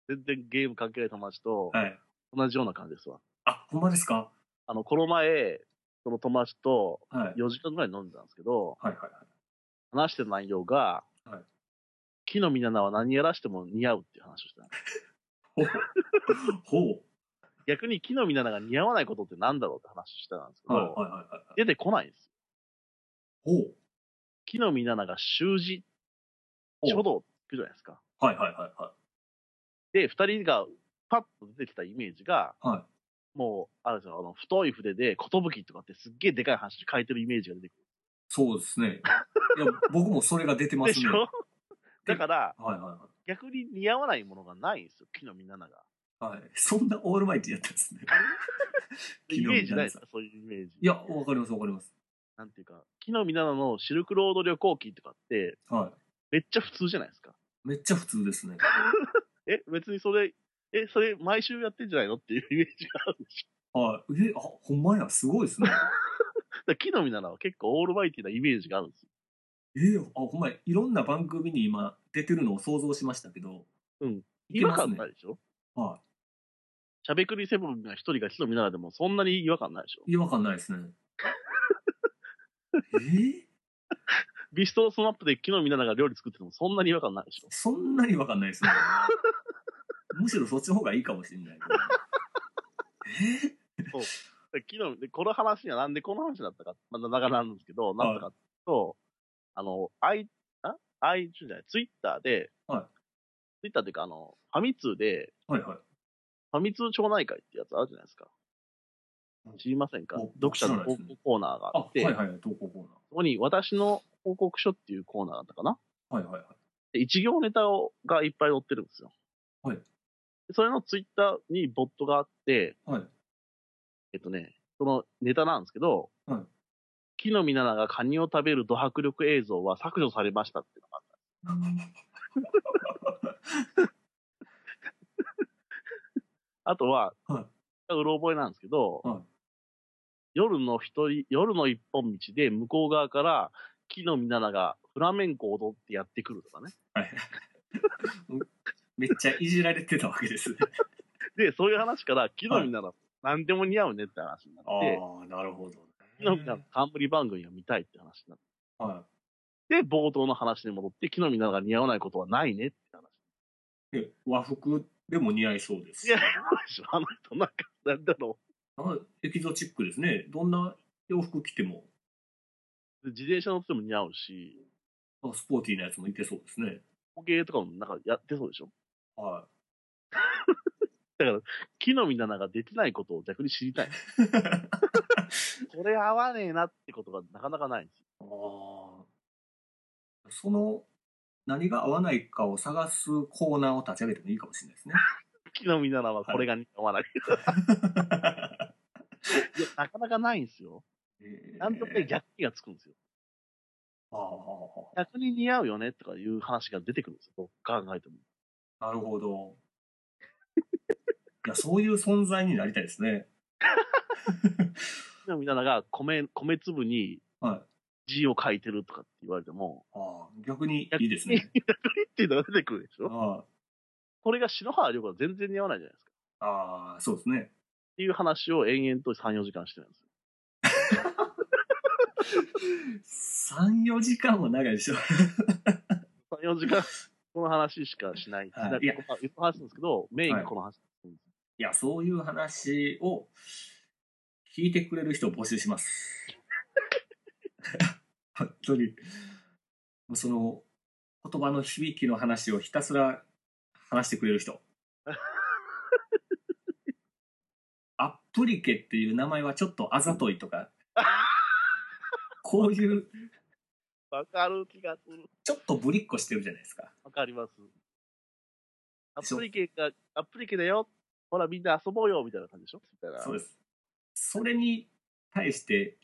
B: 全然ゲーム関係ない友達と、
A: はい。
B: 同じような感じですわ。
A: あ、ほんまですか
B: あの、この前、その友達と
A: はい。はい
B: 4時間ぐらい飲んでたんですけど、
A: はいはい。
B: 話してる内容が、
A: はい
B: 木の実なは何やらしても似合うっていう話をした。
A: ほう。ほ
B: 逆に木の実なが似合わないことってなんだろうって話したんですけ
A: う。
B: ど、
A: はいはいはいはい。
B: 出てこないんですよ。
A: ほう。
B: 木の実なが習字、
A: ほう
B: 書道って聞くじゃないですか。
A: はいはいはいは
B: で、二人がパッと出てきたイメージが、
A: い。は
B: もう、あるんですよ、あの、太い筆で、寿とかってすっげえでかい話書いてるイメージが出てくる。
A: そうですね。いや、僕もそれが出てま
B: ですし
A: ね。
B: ょだから、
A: はいは
B: 逆に似合わないものがないんですよ、木の実なが。
A: いはい。はい。そんなオールマイティやったんですね。
B: イメージないですか、そういうイメージ。
A: いや、わかりますわかります。
B: なんていうか、木の実なののシルクロード旅行記とかって、
A: は
B: めっちゃ普通じゃないですか。
A: い。めっちゃ普通ですね。
B: え、別にそれ、え、それ毎週やってんじゃないのっていうイメージがあるんでしょ。
A: はい。え、あ、ほんまや、すごいですね。
B: だから木の実なのは結構オールマイティなイメージがあるんですよ。
A: ええあ、ほんまや、いろんな番組に今出てるのを想像しましたけど。
B: うん。
A: い
B: 違
A: け
B: 和
A: ます
B: 感
A: ね
B: な。いでしょ
A: は
B: しゃべくりセブンが一人が木の実ならでもそんなに違和感ないでしょ
A: い。違和感ないです ね。ええ
B: ビストロスマップで木の実ならが料理作っててもそんなに違和感ないでしょ
A: そんなに違和感ないです ね。むしろそっちの方がいいかもしれないけど。ええ
B: で木の実で、この話がなんでこの話になったか、まだ長々なんですけど、なんだかっていうと、あの、アイ、あアイじゃない、ツイッターで、
A: はい
B: ツイッターっていうか、あの、ファミ通で、
A: はいはい。
B: ファミ通町内会ってやつあるじゃないですか。知りませんか
A: お
B: 読者の
A: 知らない
B: 報
A: ですね
B: 告コーナーが
A: あ、
B: あ
A: は
B: っ
A: い
B: て、
A: はいはい、投稿コー
B: そこに私の報告書っていうコーナーだったかな。
A: ナー。はいはいはい。
B: で一行ネタをがいっぱい載ってるんですよ。
A: はい
B: でそれのツイッターにボットがあって、
A: はい
B: えっとね、そのネタなんですけど、
A: はい
B: 木の実奈々がカニを食べるド迫力映像は削除されましたっていうのがあったあとは、
A: は
B: うろ覚えなんですけど、
A: はい
B: 夜の一人、夜の一本道で向こう側から木の実奈々がフラメンコを踊ってやってくるとかね。
A: はい。めっちゃいじられてたわけですね。
B: で、そういう話から木の実奈々、何でも似合うねって話になって、
A: あ、なるほど、ね。
B: 木の実奈々の冠番組が見たいって話になって、
A: はい。
B: で、冒頭の話に戻って、木の実なが似合わないことはないねって話。
A: え和服でも似合いそうです
B: いや、あの人なんか、なんだろ
A: あエキゾチックですねどんな洋服着ても
B: う。自転車乗っても似合うし、
A: あスポーティーなやつもいけそうですね
B: 模型とかもなんかやってそうでしょ
A: は
B: 木の実なができないことを逆に知りたい。
A: いあ
B: これ合わねえなってことがなかなかないんですよ。
A: ーその何が合わないかを探すコーナーを立ち上げてもいいかもしれない ですね
B: 木の実なはこれが合わない。いや、なかなかないんですよ。なんとか
A: えー
B: 逆気がつくんですよ。
A: あ
B: 逆に似合うよねとかいう話が出てくるんですよ。どう考えても。
A: ーなるほどいやそういう存在になりたいですね
B: 木の実なが米、米粒に
A: はい
B: 字を書いてるとかって言われても、
A: あー逆にいいですね
B: っていうのが出てくるでしょ
A: あ
B: これが篠原涼子は全然似合わないじゃないですか。っ
A: ーあーそうですね
B: ていう話を延々と3、4時間してるんですよ。
A: 3、4時間は長いでしょ。
B: 3、4時間、この話しかしない。
A: はい
B: しない
A: いや
B: この話するんですけど、メインがこの話。
A: いや、そういう話を聞いてくれる人を募集します。 本当に。もうその、言葉の響きの話をひたすら話してくれる人。アップリケっていう名前はちょっとあざといとか、こういう、
B: わかる気がする。
A: ちょっとぶりっこしてるじゃないですか。
B: わかります。ア
A: そう
B: プリケが、アプリケだよ。ほら、みんな遊ぼうよ、みたいな感じでしょみたいな。
A: そうです。それに対して、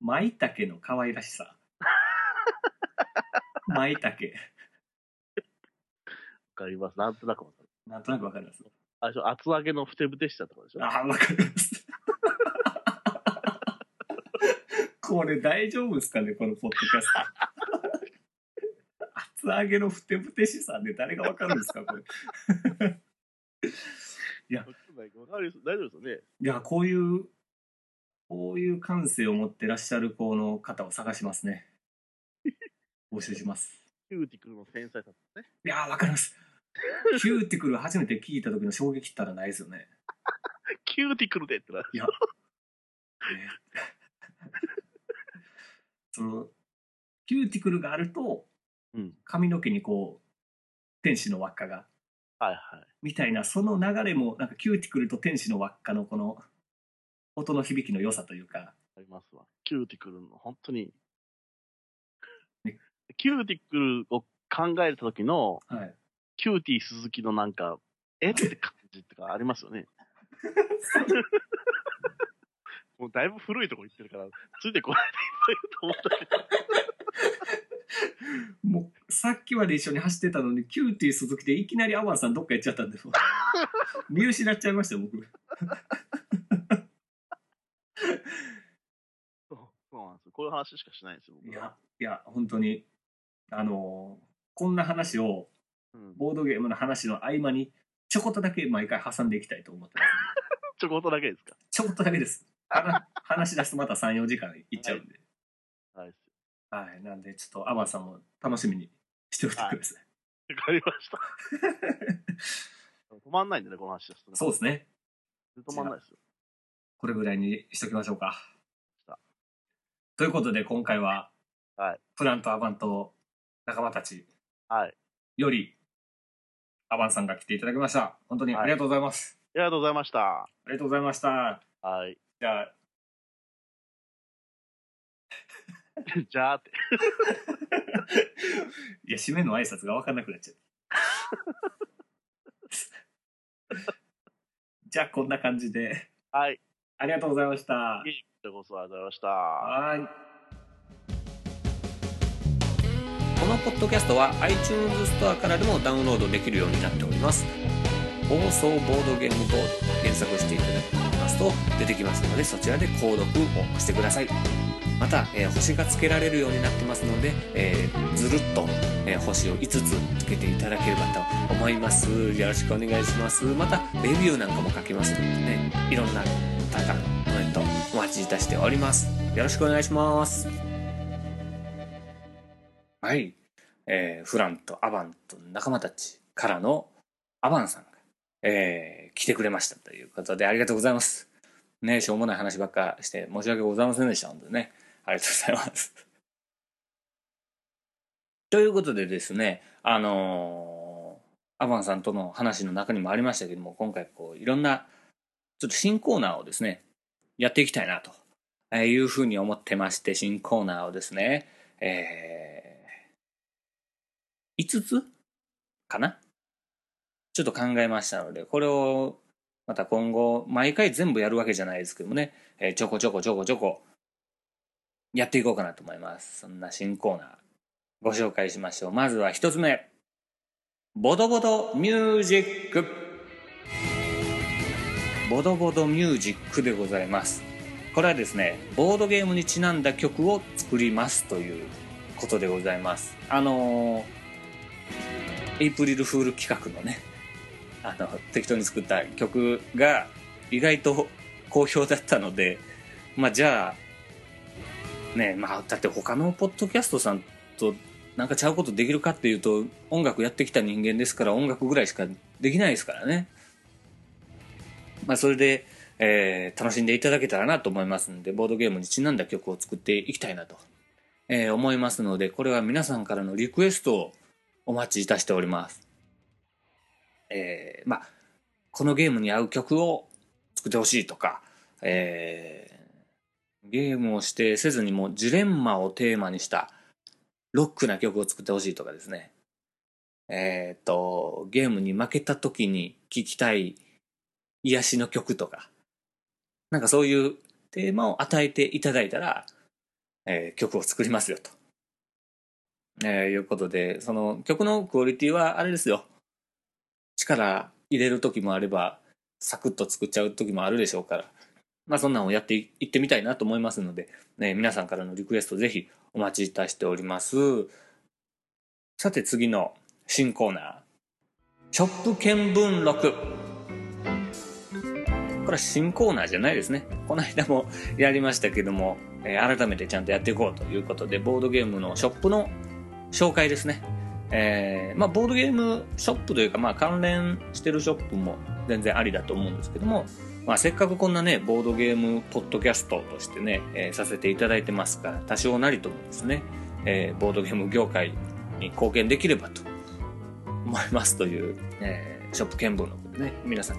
A: 舞茸の可愛らしさ。舞茸。
B: わかります。なんとなくわかる。
A: なんとなくわかります。
B: あれでしょ厚揚げのふてぶてしたとかでしょ
A: ああ、わかります。 これ大丈夫ですかね、このポッドキャスト。厚揚げのふてぶてしさで誰がわかるんですか、これ。
B: わかんないけどわかります大丈夫ですよね。
A: いや、こういう、こういう感性を持ってらっしゃる子の方を探しますね。募集します。
B: キューティクルの繊細さとね。
A: いやー、わかります。キューティクル初めて聞いた時の衝撃ったらないですよね。
B: キューティクルでってなる。
A: ねその、キューティクルがあると、
B: うん
A: 髪の毛にこう、天使の輪っかが、
B: はいはい。
A: みたいな、その流れも、なんかキューティクルと天使の輪っかのこの、音の響きの良さというか、
B: ありますわ。キューティクルの、本当に
A: ね。
B: キューティクルを考えた時の、
A: はい。
B: キューティー鈴木のなんか、えって感じとかありますよね。 もうだいぶ古いとこ行ってるから、ついてこないでいっぱいいると思った
A: もう、さっきまで一緒に走ってたのに、キューティー鈴木でいきなりアワンさんどっか行っちゃったんで、もう見失っちゃいましたよ、僕。
B: けど。そうなんですよ。こういう話しかしないんですよ。
A: い
B: 僕
A: や、いや、本当に、あのーこんな話を、
B: うん、
A: ボードゲームの話の合間に、ちょこっとだけ毎回挟んでいきたいと思ってます。
B: ちょこっとだけですか。
A: ちょこっとだけです。 話話し出すとまた3、4時間いっちゃうんで。
B: はいです。
A: はい、なんで、ちょっとアワンさんも楽しみにしておいてください。
B: わかりました。止まんないんでね、この話ですとね。
A: そうですね。
B: 止まんないですよ。
A: これぐらいにしときましょうか
B: した。
A: ということで、今回は、
B: はい
A: プラントアバンと仲間たち
B: はい。
A: より、アバンさんが来ていただきました。本当にありがとうございます。
B: ありがとうございました。
A: ありがとうございました。
B: はい。
A: じゃあ、
B: じゃあって。
A: いや、締めの挨拶が分かんなくなっちゃう。 じゃあ、こんな感じで、
B: はい。
A: ありがとうございました。
B: じゃあこそありがとうございました。
A: はい。
C: このポッドキャストは iTunes ストアからでもダウンロードできるようになっております放送ボードゲームボードと検索していただきますと出てきますのでそちらで購読をしてくださいまた、えー星がつけられるようになってますので、えーずるっと、えー星を5つつけていただければと思いますよろしくお願いしますまたレビューなんかも書けますのでねいろんな方からのコメントお待ちいたしておりますよろしくお願いしますはいえーフランとアバンと仲間たちからのアバンさんが、えー来てくれましたということでありがとうございます。ねしょうもない話ばっかして申し訳ございませんでした本当にねありがとうございます。 ということでですねあのーアバンさんとの話の中にもありましたけども今回こういろんなちょっと新コーナーをですねやっていきたいなとえーいうふうに思ってまして新コーナーをですね、えー5つかなちょっと考えましたので、これをまた今後、毎回全部やるわけじゃないですけどもね、えーちょこちょこちょこちょこ、やっていこうかなと思います。そんな新コーナー、ご紹介しましょう。まずは一つ目、ボドボドミュージック。ボドボドミュージックでございます。これはですね、ボードゲームにちなんだ曲を作りますということでございます。あのーエイプリルフール企画のね、あの、適当に作った曲が意外と好評だったので、まあじゃあ、ね、まあだって他のポッドキャストさんとなんかちゃうことできるかっていうと、音楽やってきた人間ですから音楽ぐらいしかできないですからね。まあ、それで、えー楽しんでいただけたらなと思いますので、ボードゲームにちなんだ曲を作っていきたいなと、えー思いますので、これは皆さんからのリクエストをお待ちいたしております。えーまあ、このゲームに合う曲を作ってほしいとか、えーゲームを指定せずにもうジレンマをテーマにしたロックな曲を作ってほしいとかですね。えーっと、ゲームに負けた時に聴きたい癒しの曲とか、なんかそういうテーマを与えていただいたら、えー曲を作りますよと。えーいうことで、その曲のクオリティはあれですよ。力入れる時もあれば、サクッと作っちゃう時もあるでしょうから、まあそんなんをやっていいってみたいなと思いますので、ね、皆さんからのリクエストぜひお待ちいたしております。さて次の新コーナー、ショップ見聞録。これは新コーナーじゃないですね。この間もやりましたけども、えー改めてちゃんとやっていこうということで、ボードゲームのショップの紹介ですね。えーまあ、ボードゲームショップというか、まあ、関連してるショップも全然ありだと思うんですけども、まあ、せっかくこんなねボードゲームポッドキャストとしてね、えーさせていただいてますから多少なりともですね、えーボードゲーム業界に貢献できればと思いますという、えーショップ見聞録でね皆さん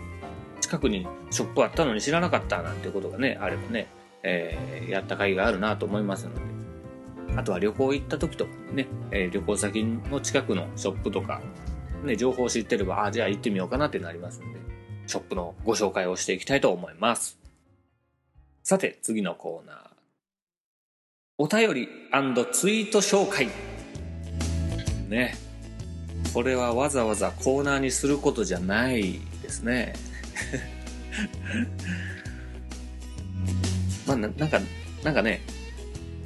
C: 近くにショップあったのに知らなかったなんてことがねあればね、えーやった甲斐があるなと思いますのであとは旅行行った時とかね、えー旅行先の近くのショップとか、ね、情報を知ってればあじゃあ行ってみようかなってなりますのでショップのご紹介をしていきたいと思います。さて、次のコーナー。お便りツイート紹介。ね。これはわざわざコーナーにすることじゃないですね。 まあな、なんか、なんかね、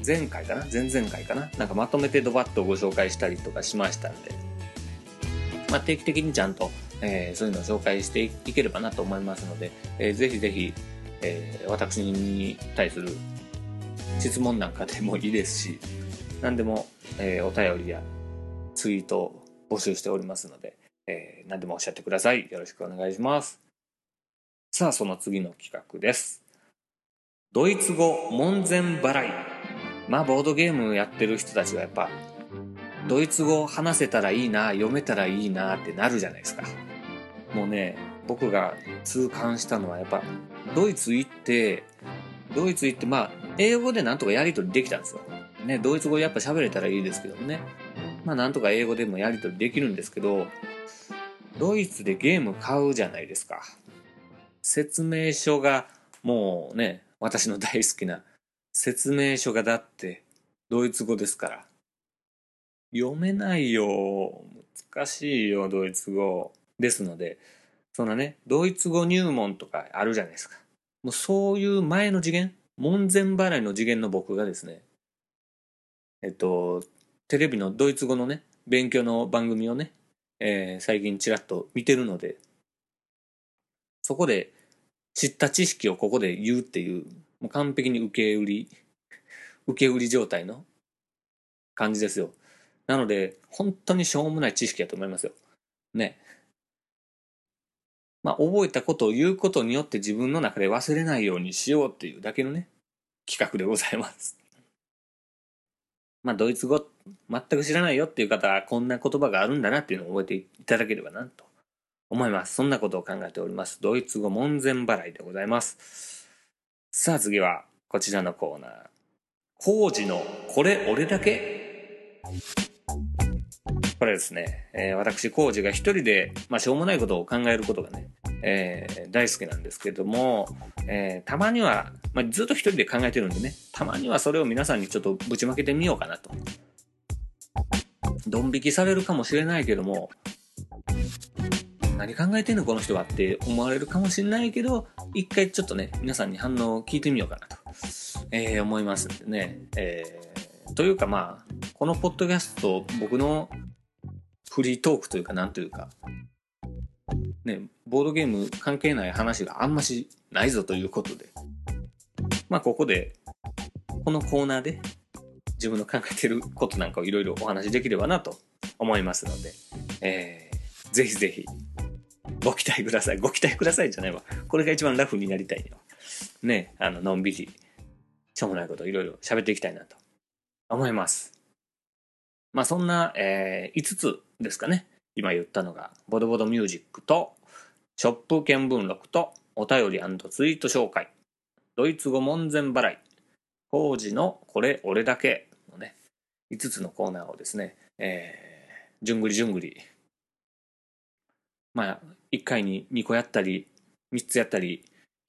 C: 前回かな前々回かななんかまとめてドバッとご紹介したりとかしましたんで、まあ、定期的にちゃんと、えーそういうのを紹介していければなと思いますので、えーぜひぜひ、えー私に対する質問なんかでもいいですし何でも、えーお便りやツイートを募集しておりますので、えー何でもおっしゃってくださいよろしくお願いしますさあその次の企画ですドイツ語門前払いまあボードゲームやってる人たちはやっぱドイツ語話せたらいいな読めたらいいなってなるじゃないですかもうね僕が痛感したのはやっぱドイツ行ってドイツ行ってまあ英語でなんとかやり取りできたんですよ、ね、ドイツ語やっぱ喋れたらいいですけどもねまあなんとか英語でもやり取りできるんですけどドイツでゲーム買うじゃないですか説明書がもうね私の大好きな説明書がだってドイツ語ですから読めないよ難しいよドイツ語ですのでそんなねドイツ語入門とかあるじゃないですかもうそういう前の次元門前払いの次元の僕がですねえっとテレビのドイツ語のね勉強の番組をね、えー最近ちらっと見てるのでそこで知った知識をここで言うっていうもう完璧に受け売り受け売り状態の感じですよなので、本当にしょうもない知識だと思いますよ。ね。まあ、覚えたことを言うことによって自分の中で忘れないようにしようっていうだけのね、企画でございます。 まあ、ドイツ語、全く知らないよっていう方は、こんな言葉があるんだなっていうのを覚えていただければなと思います。そんなことを考えております。ドイツ語門前払いでございます。さあ、次は、こちらのコーナー。工事のこれ俺だけこれですね、えー私、コージが一人で、まあ、しょうもないことを考えることがね、えー大好きなんですけども、えーたまには、まあ、ずっと一人で考えてるんでね、たまにはそれを皆さんにちょっとぶちまけてみようかなと。ドン引きされるかもしれないけども、何考えてんのこの人はって思われるかもしれないけど、一回ちょっとね、皆さんに反応を聞いてみようかなと、えー思いますんでね。えーというかまあ、このポッドキャスト、僕のフリートークというか、なんというか、ね、ボードゲーム関係ない話があんましないぞということで、まあ、ここで、このコーナーで、自分の考えてることなんかをいろいろお話しできればなと思いますので、えーぜひぜひ、ご期待ください。ご期待くださいじゃないわ。これが一番ラフになりたいよ。ね、あの、のんびり、しょうもないこといろいろ喋っていきたいなと思います。まあそんな、え5つですかね。今言ったのが、ボドボドミュージックと、ショップ見聞録と、お便りツイート紹介、ドイツ語門前払い、工事のこれ俺だけのね、5つのコーナーをですね、えー、じゅんぐりじゅんぐり、まあ、1回に2個やったり、3つやったり、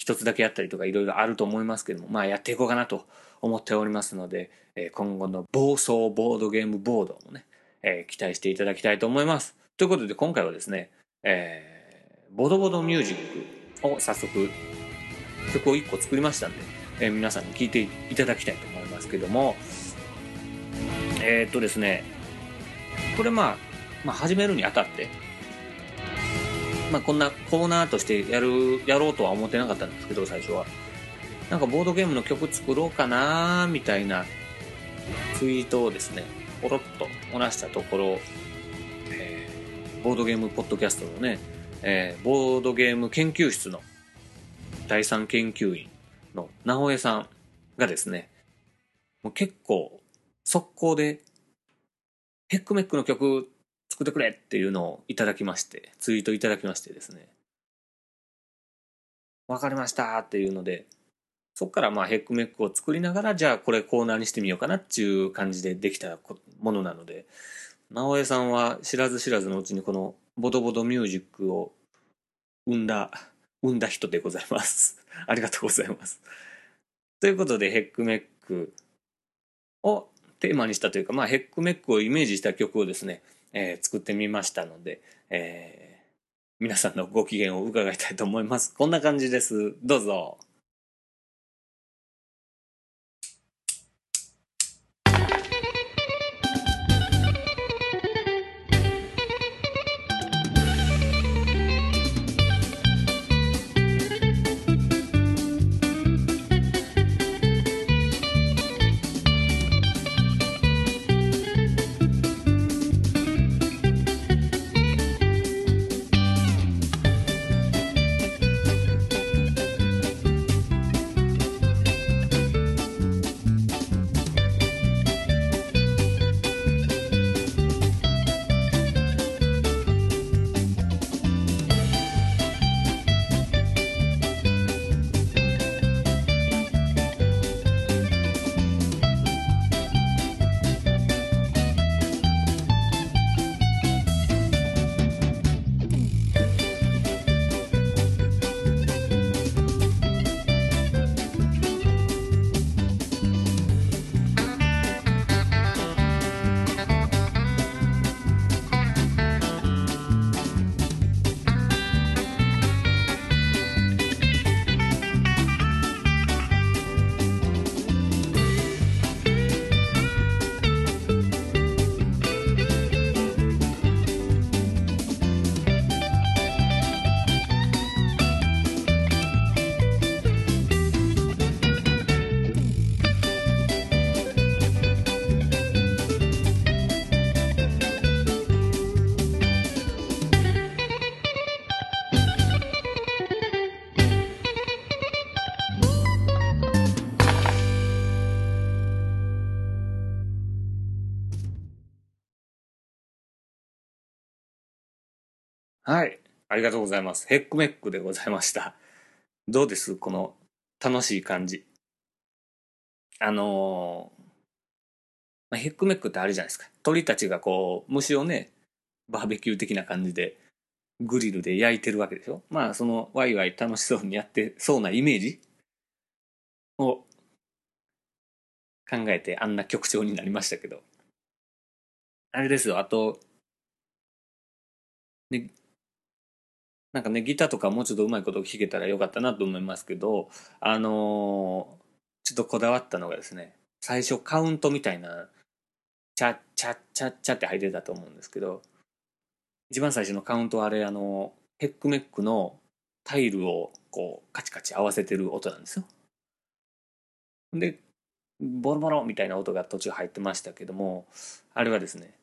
C: 1つだけやったりとかいろいろあると思いますけども、まあやっていこうかなと思っておりますので、えー今後の暴走ボードゲームボードもね、えー期待していただきたいと思います。ということで今回はですね、えーボドボドミュージックを早速曲を1個作りましたんで、えー皆さんに聴いていただきたいと思いますけども、えーっとですね、これまあ、まあ始めるにあたって、まあこんなコーナーとしてやる、やろうとは思ってなかったんですけど、最初は。なんかボードゲームの曲作ろうかなーみたいなツイートをですね、ポロッと漏らしたところ、えーボードゲームポッドキャストのね、えーボードゲーム研究室の第三研究員の直江さんがですね、もう結構速攻でヘックメックの曲作ってくれっていうのをいただきまして、ツイートいただきましてですね、わかりましたっていうので、そこからまあヘックメックを作りながらじゃあこれコーナーにしてみようかなっていう感じでできたこものなので直江さんは知らず知らずのうちにこのボドボドミュージックを生んだ生んだ人でございます ありがとうございますということでヘックメックをテーマにしたというかまあヘックメックをイメージした曲をですね、えー作ってみましたので、えー皆さんのご機嫌を伺いたいと思いますこんな感じですどうぞはい。ありがとうございます。ヘックメックでございました。どうですこの楽しい感じ。あのーまあ、ヘックメックってあるじゃないですか。鳥たちがこう、虫をね、バーベキュー的な感じで、グリルで焼いてるわけでしょ。まあ、その、ワイワイ楽しそうにやってそうなイメージを考えて、あんな曲調になりましたけど。あれですよ。あと、なんかね、ギターとかもうちょっとうまいこと弾けたらよかったなと思いますけど、あのーちょっとこだわったのがですね、最初カウントみたいな、チャッチャッチャッチャッって入ってたと思うんですけど、一番最初のカウントはあれ、あのヘックメックのタイルをこうカチカチ合わせてる音なんですよ。で、ボロボロみたいな音が途中入ってましたけども、あれはですね、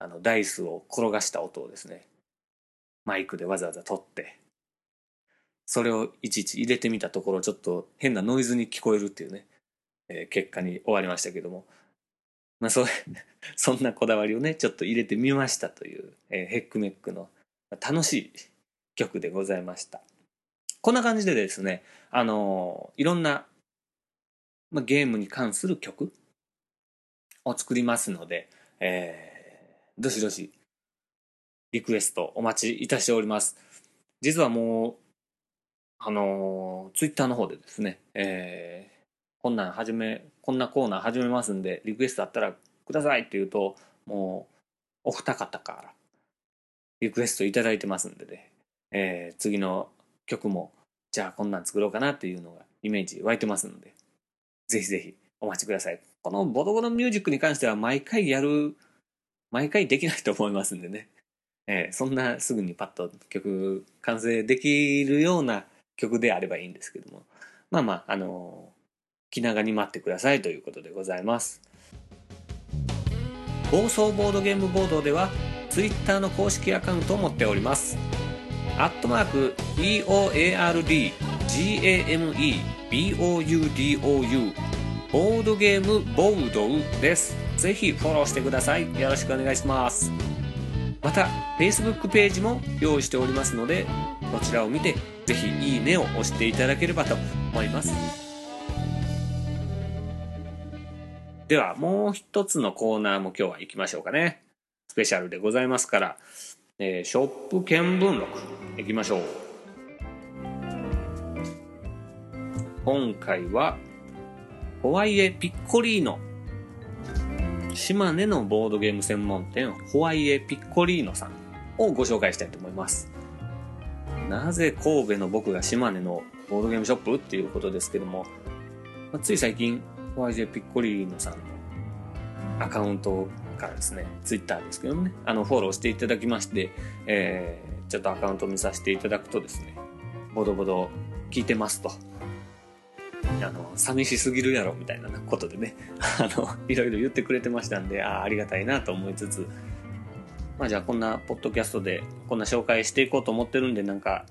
C: あのダイスを転がした音をですね、マイクでわざわざ撮って、それをいちいち入れてみたところ、ちょっと変なノイズに聞こえるっていうね、えー結果に終わりましたけども。まあ、そう、 そんなこだわりをね、ちょっと入れてみましたという、えーヘックメックのまあ楽しい曲でございました。こんな感じでですね、あのーいろんな、まあ、ゲームに関する曲を作りますので、えーどしどしリクエストお待ちいたしております。実はもう、あのツイッター Twitter の方でですね、えーこんなん始め、こんなコーナー始めますんで、リクエストあったらくださいって言うと、もう、お二方から、リクエストいただいてますんでね、えー次の曲も、じゃあこんなん作ろうかなっていうのが、イメージ湧いてますので、ぜひぜひお待ちください。このボドボドミュージックに関しては、毎回やる、毎回できないと思いますんでね。えーそんなすぐにパッと曲完成できるような曲であればいいんですけどもまあまああのー気長に待ってくださいということでございます暴走ボードゲームボードでは Twitter の公式アカウントを持っておりますアットマーク EOARDGAMEBOUDOU ボードゲームボードウですぜひフォローしてくださいよろしくお願いしますまた Facebook ページも用意しておりますのでこちらを見てぜひ「いいね」を押していただければと思いますではもう一つのコーナーも今日は行きましょうかねスペシャルでございますから、えーショップ見聞録行きましょう今回はホワイエピッコリーノ島根のボードゲーム専門店ホワイエピッコリーノさんをご紹介したいと思いますなぜ神戸の僕が島根のボードゲームショップっていうことですけども、まあつい最近ホワイエピッコリーノさんのアカウントからですねツイッターですけどもねあのフォローしていただきまして、えーちょっとアカウント見させていただくとですねボドボド聞いてますとあの寂しすぎるやろみたいなことでねあの、いろいろ言ってくれてましたんで、ああ、ありがたいなと思いつつ、まあじゃあこんなポッドキャストでこんな紹介していこうと思ってるんで、なんか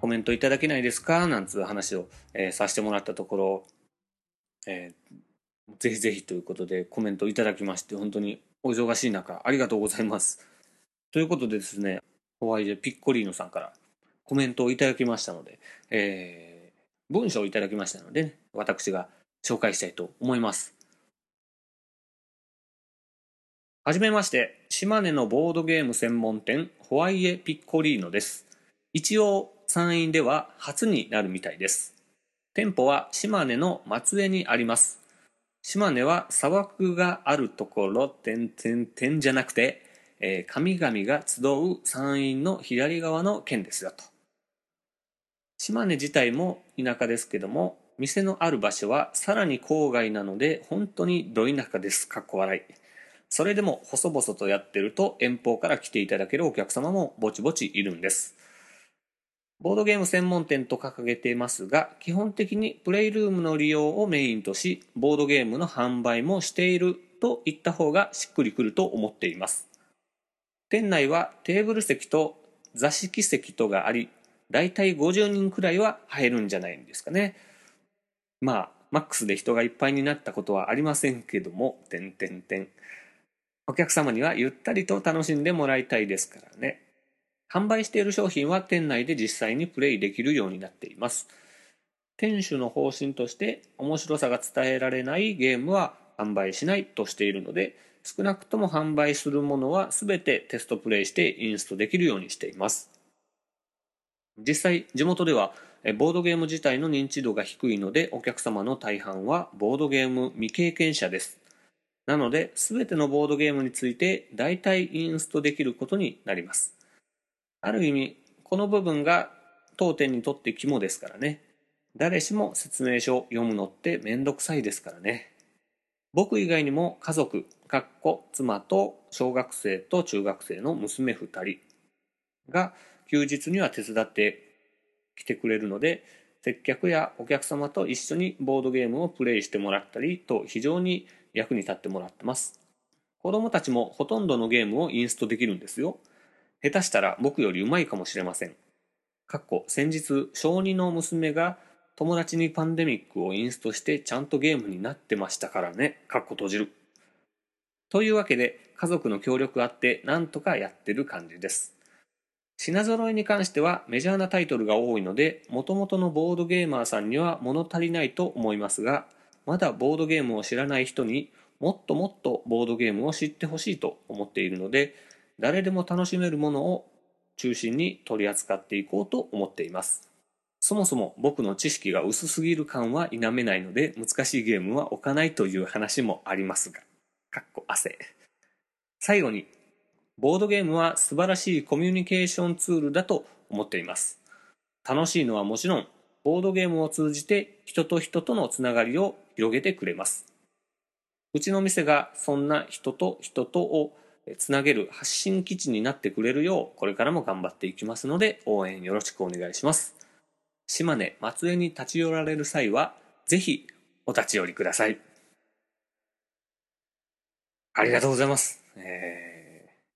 C: コメントいただけないですかなんつう話を、えーさせてもらったところ、えーぜひぜひということでコメントいただきまして、本当にお忙しい中、ありがとうございます。ということでですね、ホワイエピッコリーノさんからコメントをいただきましたので、えー文章をいただきましたのでね、私が紹介したいと思います。はじめまして、島根のボードゲーム専門店、ホワイエ・ピッコリーノです。一応、山陰では初になるみたいです。店舗は島根の松江にあります。島根は砂漠があるところ、点点点じゃなくて、えー神々が集う山陰の左側の県ですよと。島根自体も田舎ですけども、店のある場所はさらに郊外なので、本当にど田舎です。かっこ笑い。それでも細々とやってると遠方から来ていただけるお客様もぼちぼちいるんです。ボードゲーム専門店と掲げていますが、基本的にプレイルームの利用をメインとし、ボードゲームの販売もしていると言った方がしっくりくると思っています。店内はテーブル席と座敷席とがあり、だいたい50人くらいは入るんじゃないんですかね。まあ、マックスで人がいっぱいになったことはありませんけども、点点点。お客様にはゆったりと楽しんでもらいたいですからね。販売している商品は店内で実際にプレイできるようになっています。店主の方針として面白さが伝えられないゲームは販売しないとしているので、少なくとも販売するものは全てテストプレイしてインストできるようにしています。実際、地元ではえボードゲーム自体の認知度が低いので、お客様の大半はボードゲーム未経験者です。なので、すべてのボードゲームについて大体インストできることになります。ある意味、この部分が当店にとって肝ですからね。誰しも説明書を読むのってめんどくさいですからね。僕以外にも家族、かっこ妻と小学生と中学生の娘2人が休日には手伝って来てくれるので、接客やお客様と一緒にボードゲームをプレイしてもらったりと非常に役に立ってもらってます。子供たちもほとんどのゲームをインストできるんですよ。下手したら僕よりうまいかもしれません。かっこ先日、小児の娘が友達にパンデミックをインストしてちゃんとゲームになってましたからね。かっこ閉じる。というわけで、家族の協力あってなんとかやってる感じです。品揃えに関してはメジャーなタイトルが多いので、元々のボードゲーマーさんには物足りないと思いますが、まだボードゲームを知らない人にもっともっとボードゲームを知ってほしいと思っているので、誰でも楽しめるものを中心に取り扱っていこうと思っています。そもそも僕の知識が薄すぎる感は否めないので、難しいゲームは置かないという話もありますが、かっこ汗。最後に、ボードゲームは素晴らしいコミュニケーションツールだと思っています。楽しいのはもちろん、ボードゲームを通じて人と人とのつながりを広げてくれます。うちの店がそんな人と人とをつなげる発信基地になってくれるよう、これからも頑張っていきますので、応援よろしくお願いします。島根、松江に立ち寄られる際は、ぜひお立ち寄りください。ありがとうございます。えー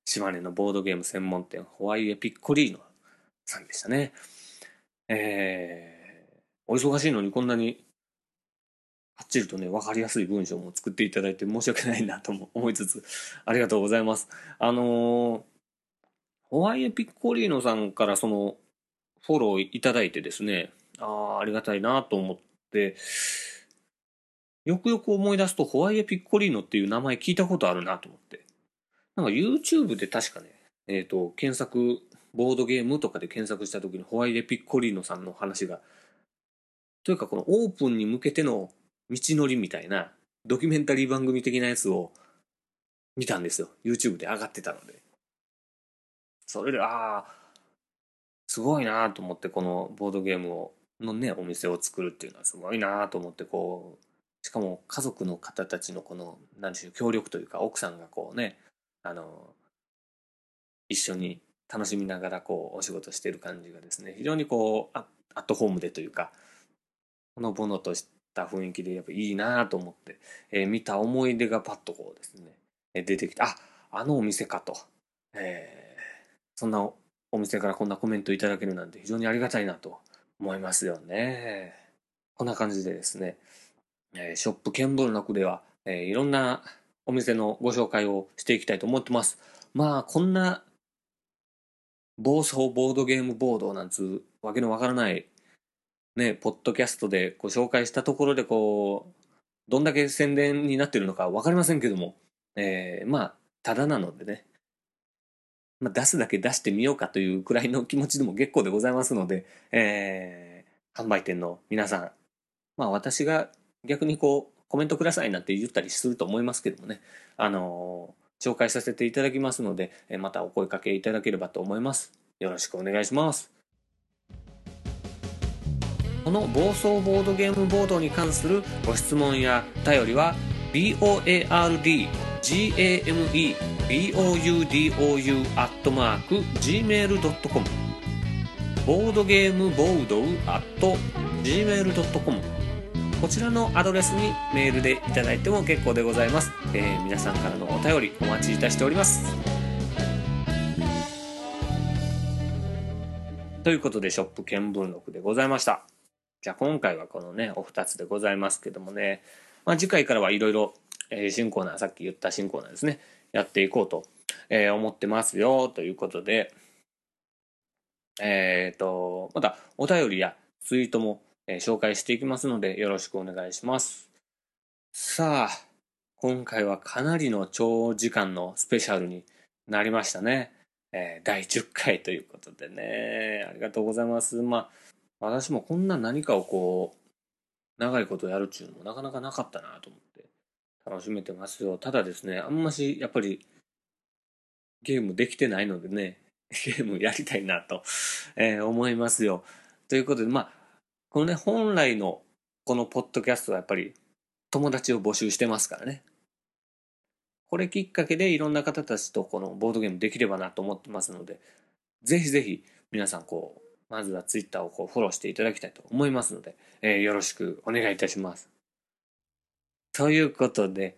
C: 島根のボードゲーム専門店、ホワイエピッコリーノさんでしたね。えーお忙しいのにこんなに、はっちりとね、わかりやすい文章も作っていただいて申し訳ないなとも 思いつつ、ありがとうございます。あのーホワイエピッコリーノさんからその、フォローいただいてですね、ああ、ありがたいなと思って、よくよく思い出すと、ホワイエピッコリーノっていう名前聞いたことあるなと思って。なんか YouTube で確かね、えっ、と、検索、ボードゲームとかで検索した時にホワイエピッコリーノさんの話が、というかこのオープンに向けての道のりみたいな、ドキュメンタリー番組的なやつを見たんですよ。YouTube で上がってたので。それで、ああ、すごいなと思って、このボードゲームを、のね、お店を作るっていうのはすごいなと思って、こう、しかも家族の方たちのこの、何でしょう、協力というか、奥さんがこうね、あの、一緒に楽しみながらこう、お仕事してる感じがですね、非常にこう、アアットホームでというか、ほのぼのとした雰囲気で、やっぱいいなと思って、えー見た思い出がパッとこうですね、えー出てきて、あ、あのお店かと、えーそんなおお店からこんなコメントいただけるなんて非常にありがたいなと思いますよね。こんな感じでですね、えーショップケンボルナクでは、えーいろんなお店のご紹介をしていきたいと思ってます。まあ、こんな暴走ボードゲームボードなんつうわけのわからない、ね、ポッドキャストでご紹介したところでこう、どんだけ宣伝になってるのかわかりませんけども、えーまあ、ただなのでね、まあ、出すだけ出してみようかというくらいの気持ちでも結構でございますので、えー販売店の皆さん、まあ私が逆にこう、コメントくださいなんて言ったりすると思いますけどもね、あのー紹介させていただきますので、えーまたお声かけいただければと思います。よろしくお願いします。この暴走ボードゲームボードに関するご質問や頼りは、boardgameboudou gmail.com ボードゲームボード gmail.com こちらのアドレスにメールでいただいても結構でございます、えー皆さんからのお便りお待ちいたしておりますということでショップ見聞録でございましたじゃあ今回はこのねお二つでございますけどもね、まあ、次回からはいろいろえー新コーナー、さっき言った新コーナーですね、やっていこうと、えー思ってますよ、ということで、えっ、と、またお便りやツイートも、えー紹介していきますので、よろしくお願いします。さあ、今回はかなりの長時間のスペシャルになりましたね。えー第10回ということでね、ありがとうございます。まあ、私もこんな何かをこう、長いことやるっていうのもなかなかなかったなと思って。楽しめてますよ。ただですね、あんましやっぱりゲームできてないのでね、 ゲームやりたいなと、えー思いますよ。ということで、まあ、このね、本来のこのポッドキャストはやっぱり友達を募集してますからね。これきっかけでいろんな方たちとこのボードゲームできればなと思ってますので、ぜひぜひ皆さんこう、まずはツイッターをこうフォローしていただきたいと思いますので、えーよろしくお願いいたします。ということで、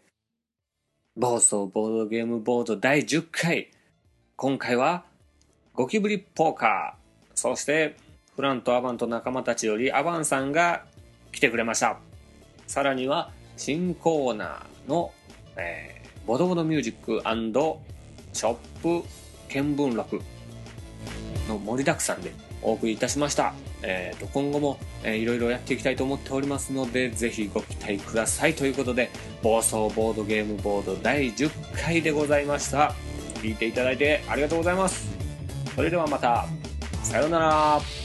C: 暴走ボードゲームボード第10回。今回は、ゴキブリポーカー、そしてフランとアバンと仲間たちよりアバンさんが来てくれました。さらには新コーナーの、えーボドボドミュージックショップ見聞録の盛りだくさんでお送りいたしました。えー、と今後も、えーいろいろやっていきたいと思っておりますので、ぜひご期待くださいということで、暴走ボードゲームボード第10回でございました。聞いていただいてありがとうございます。それではまた、さようなら。